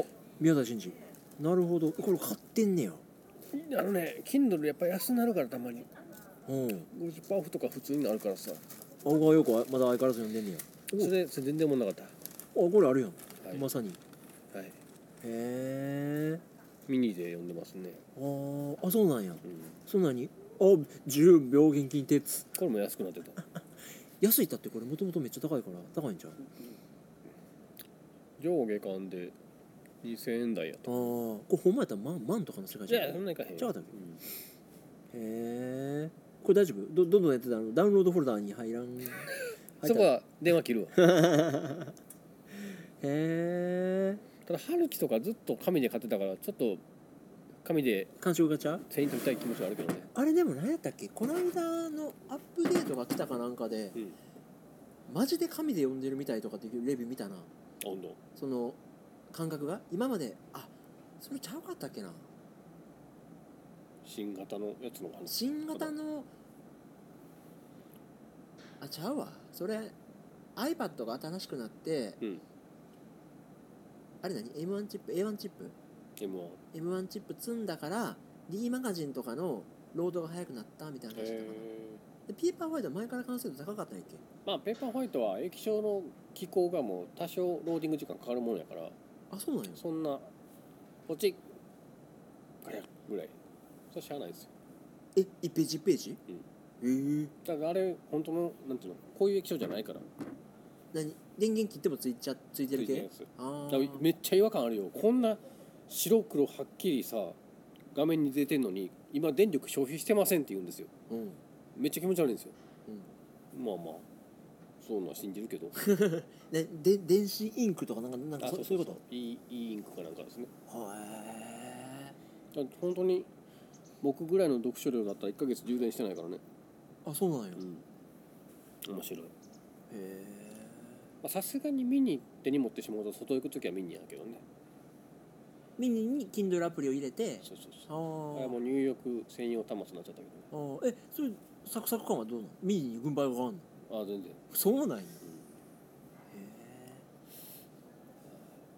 Speaker 1: お宮台真司なるほどこれ買ってんねや
Speaker 2: あのね Kindle やっぱ安なるからたまに
Speaker 1: うん
Speaker 2: 50%オフとか普通にあるからさ
Speaker 1: あ僕はよくまだ相変わらず読んでんねや
Speaker 2: それそれ全然思んなかっ
Speaker 1: あこれあるやん、
Speaker 2: たはい、
Speaker 1: まさにへ
Speaker 2: はい、
Speaker 1: え
Speaker 2: ミニで読んでますね、
Speaker 1: あーあそうなんや
Speaker 2: うん、
Speaker 1: そうなにあ10秒現金鉄
Speaker 2: これも安くなってた
Speaker 1: 安いったってこれもともとめっちゃ高いから高いんちゃう
Speaker 2: 上下巻で2000円台や
Speaker 1: ああこれほんまやったら万万とかの世界
Speaker 2: じ
Speaker 1: じ
Speaker 2: ゃ
Speaker 1: ゃ
Speaker 2: あそ
Speaker 1: んへ
Speaker 2: んなんいかへん
Speaker 1: じゃあだ
Speaker 2: う
Speaker 1: め
Speaker 2: ん
Speaker 1: えこれ大丈夫どどんどんやってたのダウンロードフォルダーに入らん入った
Speaker 2: そこは電話切るわ
Speaker 1: へえ
Speaker 2: ただ春樹とかずっと紙で買ってたからちょっと紙で
Speaker 1: 感触がちゃう
Speaker 2: 手に取りたい気持ちはあるけどね
Speaker 1: あれでも何やったっけこの間のアップデートが来たかなんかで、
Speaker 2: うん
Speaker 1: マジで紙で読んでるみたいとかっていうレビュー見たな
Speaker 2: あほんと
Speaker 1: その感覚が今まであそれちゃうかったっけな
Speaker 2: 新型のやつの話
Speaker 1: 新型のあちゃうわそれ iPad が新しくなって、
Speaker 2: うん
Speaker 1: あれ何 M1 チップ A1 チップ
Speaker 2: M1
Speaker 1: M1 チップ積んだから D マガジンとかのロードが速くなったみたいな話だったかな、
Speaker 2: え
Speaker 1: でピーパーホワイトは前から完成度高かったんやっけ
Speaker 2: ーまあペーパーホワイトは液晶の機構がもう多少ローディング時間かかるもんやから
Speaker 1: あそうなんや
Speaker 2: そんなポチッガヤッぐらいそれしゃあないですよ
Speaker 1: え1ページ1ページ、ええ
Speaker 2: だからあれ本当のなんていうのこういう液晶じゃないから
Speaker 1: 何電源切ってもついちゃついてる
Speaker 2: ついてる
Speaker 1: 系
Speaker 2: やつ
Speaker 1: あ
Speaker 2: だから
Speaker 1: あ
Speaker 2: めっちゃ違和感あるよこんな白黒はっきりさ画面に出てんのに今電力消費してませんって言うんですよ
Speaker 1: うん
Speaker 2: めっちゃ気持ち悪いんですよ、まあまあそうなのは信じるけ ど
Speaker 1: ね、で電子インクとかなんかなんかそそういうこと
Speaker 2: いいいいインクかなんかですね
Speaker 1: へ
Speaker 2: だから本当に僕ぐらいの読書量だったら1ヶ月充電してないからね
Speaker 1: えあそうなんや、へ
Speaker 2: うん面白いま
Speaker 1: え
Speaker 2: あさすがに見に手に持ってしまうと外行く時は見にやけどね
Speaker 1: ミニに Kindle アプリを入れて
Speaker 2: そうそうそ
Speaker 1: あー
Speaker 2: うあれはもう入浴専用端末になっちゃったけどね
Speaker 1: あーえそれサクサク感はどうなのミニに軍配があんの
Speaker 2: ああ全然
Speaker 1: そうなんやへ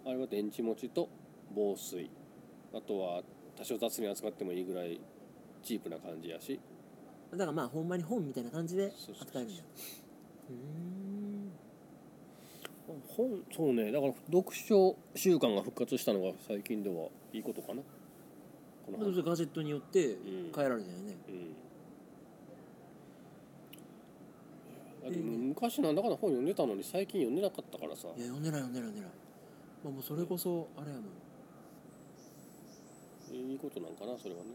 Speaker 2: あれは電池持ちと防水あとは多少雑に扱ってもいいぐらいチープな感じやし
Speaker 1: えだからまあほんまに本みたいな感じで
Speaker 2: そうそうそう
Speaker 1: 扱えるんやうーん
Speaker 2: 本そうねだから読書習慣が復活したのが最近ではいいことかなこの
Speaker 1: そうそうガジェットによって
Speaker 2: ん
Speaker 1: 変えられたよね、
Speaker 2: うんだって昔なんだかんだ本読んでたのに最近読んでなかったからさ
Speaker 1: いや読んでない読んでない読んでない、まあ、もうそれこそあれやもん
Speaker 2: いいことなんかなそれはね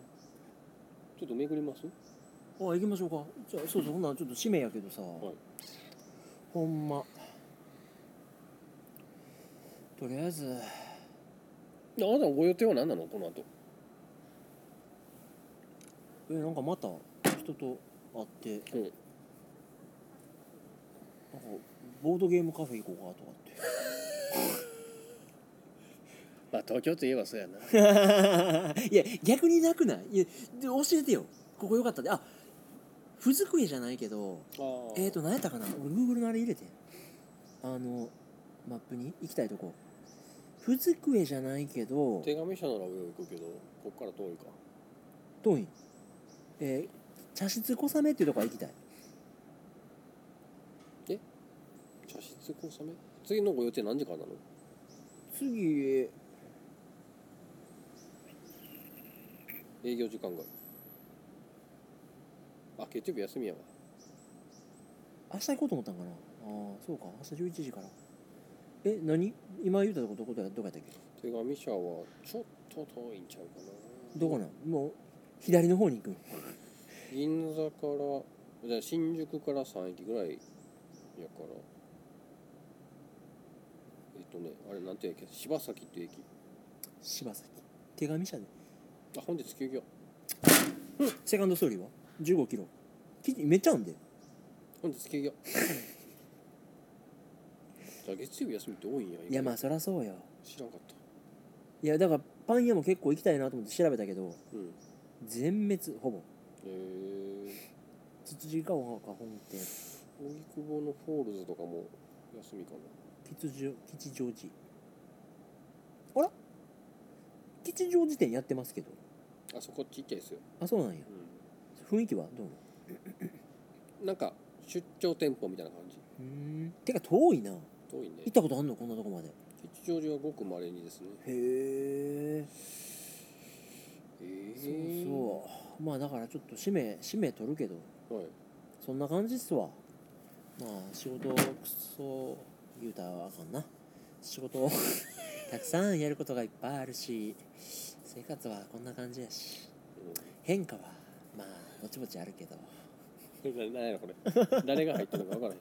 Speaker 2: ちょっと巡ります
Speaker 1: あ行きましょうかじゃあそうそうほんならちょっと使命やけどさ、
Speaker 2: い
Speaker 1: ほんまとりあえず
Speaker 2: あなたのご予定は何なのこの後
Speaker 1: えなんかまた人と会って
Speaker 2: うん
Speaker 1: なんかボードゲームカフェ行こうかとかって
Speaker 2: まあ東京といえばそうやな
Speaker 1: いや逆になくないいやで教えてよここよかったであ不机じゃないけどえっ、ー、と何やったかな俺 Google のあれ入れてあのマップに行きたいとこ不机じゃないけど
Speaker 2: 手紙書なら俺は行くけどこっから遠いか
Speaker 1: 遠いえー、茶室小雨っていうとこは行きたい
Speaker 2: 茶室コ納め次のご予定何時からなの
Speaker 1: 次
Speaker 2: 営業時間外あ月曜日休みやわ
Speaker 1: 明日行こうと思ったんかなああそうか明日11時からえ何今言ったとこどこだどこやったっけ
Speaker 2: 手紙書はちょっと遠いんちゃうかな
Speaker 1: どこなんもう左の方に行くん
Speaker 2: 銀座からじゃあ新宿から3駅ぐらいやからえっとねあれなんていう駅柴崎っていう駅
Speaker 1: 柴崎手紙社で
Speaker 2: あ本日休業
Speaker 1: セカンドストーリーは15キロきめっちゃあんで
Speaker 2: 本日休業じゃあ月曜日休みって多いんや
Speaker 1: いやまあそりゃそうよ
Speaker 2: 知らんかった
Speaker 1: いやだからパン屋も結構行きたいなと思って調べたけど
Speaker 2: うんへ
Speaker 1: 全滅ほぼ
Speaker 2: え
Speaker 1: 土地が丘本店
Speaker 2: 荻窪のフォールズとかも休みかな
Speaker 1: 吉祥吉祥寺あら
Speaker 5: 吉祥寺店やってますけど
Speaker 2: あそこちっちゃいですよ、
Speaker 5: あそうなんや雰囲気はどうなの
Speaker 2: なんか出張店舗みたいな感じ
Speaker 5: うんてか遠いな
Speaker 2: 遠いね
Speaker 5: 行ったことあんのこんなとこまでへ
Speaker 2: 吉祥寺はごくまれにですね
Speaker 5: え
Speaker 2: え
Speaker 5: そう
Speaker 2: う
Speaker 5: そうまあだからちょっと締め締め取るけど
Speaker 2: そうはい
Speaker 5: そんな感じっすわまあ仕事くそ言うたらあかんな仕事たくさんやることがいっぱいあるし生活はこんな感じやし変化はまあぼちぼちあるけど
Speaker 2: うん、これ何やろこれ誰が入ったのか分 か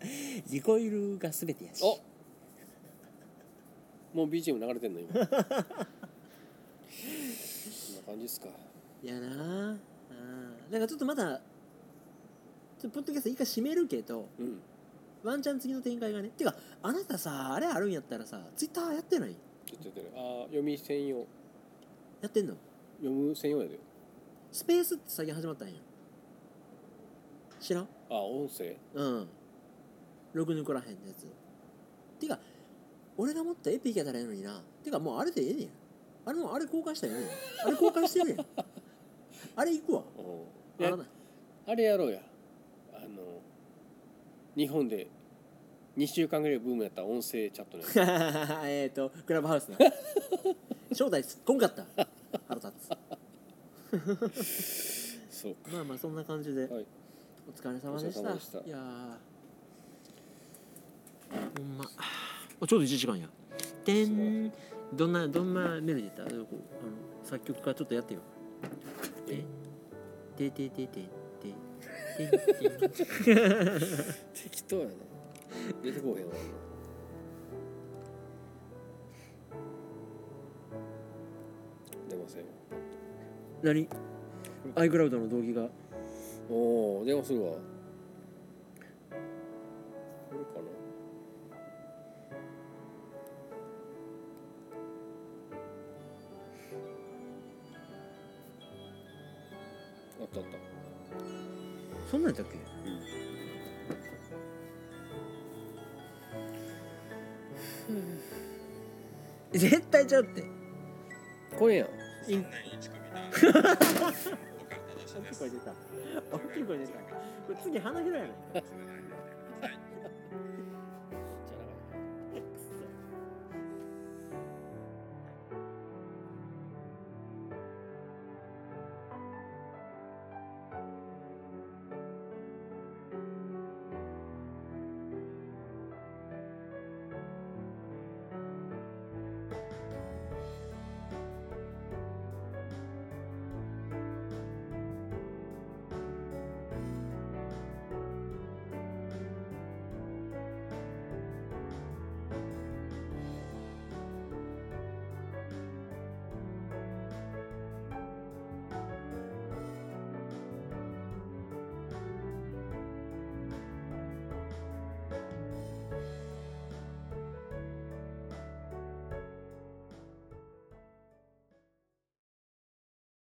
Speaker 2: らへん
Speaker 5: リコイルが全てやし
Speaker 2: おもう BGM 流れてんの今こんな感じっすか
Speaker 1: いやなああなんかちょっとまだちょっとポッドキャスト一回閉めるけど
Speaker 2: うん
Speaker 1: ワンチャン次の展開がねてかあなたさあれあるんやったらさツイッターやってない
Speaker 2: ちょっとやってるあー読み専用
Speaker 1: やってんの
Speaker 2: 読む専用やで
Speaker 1: スペースって最近始まったんや知らん
Speaker 2: あー音声
Speaker 1: うんログ抜からへんのやつてか俺がもっとエピやったらええのになてかもうあれでええねんあれもうあれ公開したらええねんあれ公開してるやんあれ行くわ
Speaker 2: いや
Speaker 1: あの
Speaker 2: あれやろうやあの日本で2週間ぐらいブームやった音声チャッ トのや つ
Speaker 1: えっとクラブハウ スな招待すっこんかった腹立つ
Speaker 2: そうか
Speaker 1: まあまあそんな感じで、
Speaker 2: はい
Speaker 1: お疲れ様でし
Speaker 2: お疲れ
Speaker 1: た
Speaker 2: 様でした
Speaker 1: いやーほんまあちょうど1時間やてんどんなどんなメロディーだったあのこうあの作曲家ちょっとやってよ
Speaker 2: え
Speaker 1: てててててててて
Speaker 2: 適当やな出てこうへんわ出ません
Speaker 1: 何 iCloud の動機が
Speaker 2: おお電話するわこれかなあったあった
Speaker 1: そんなんやったっけふう絶対ちゃうって
Speaker 2: これやん
Speaker 1: 大きい声出た大きい声出たこれ次花広やない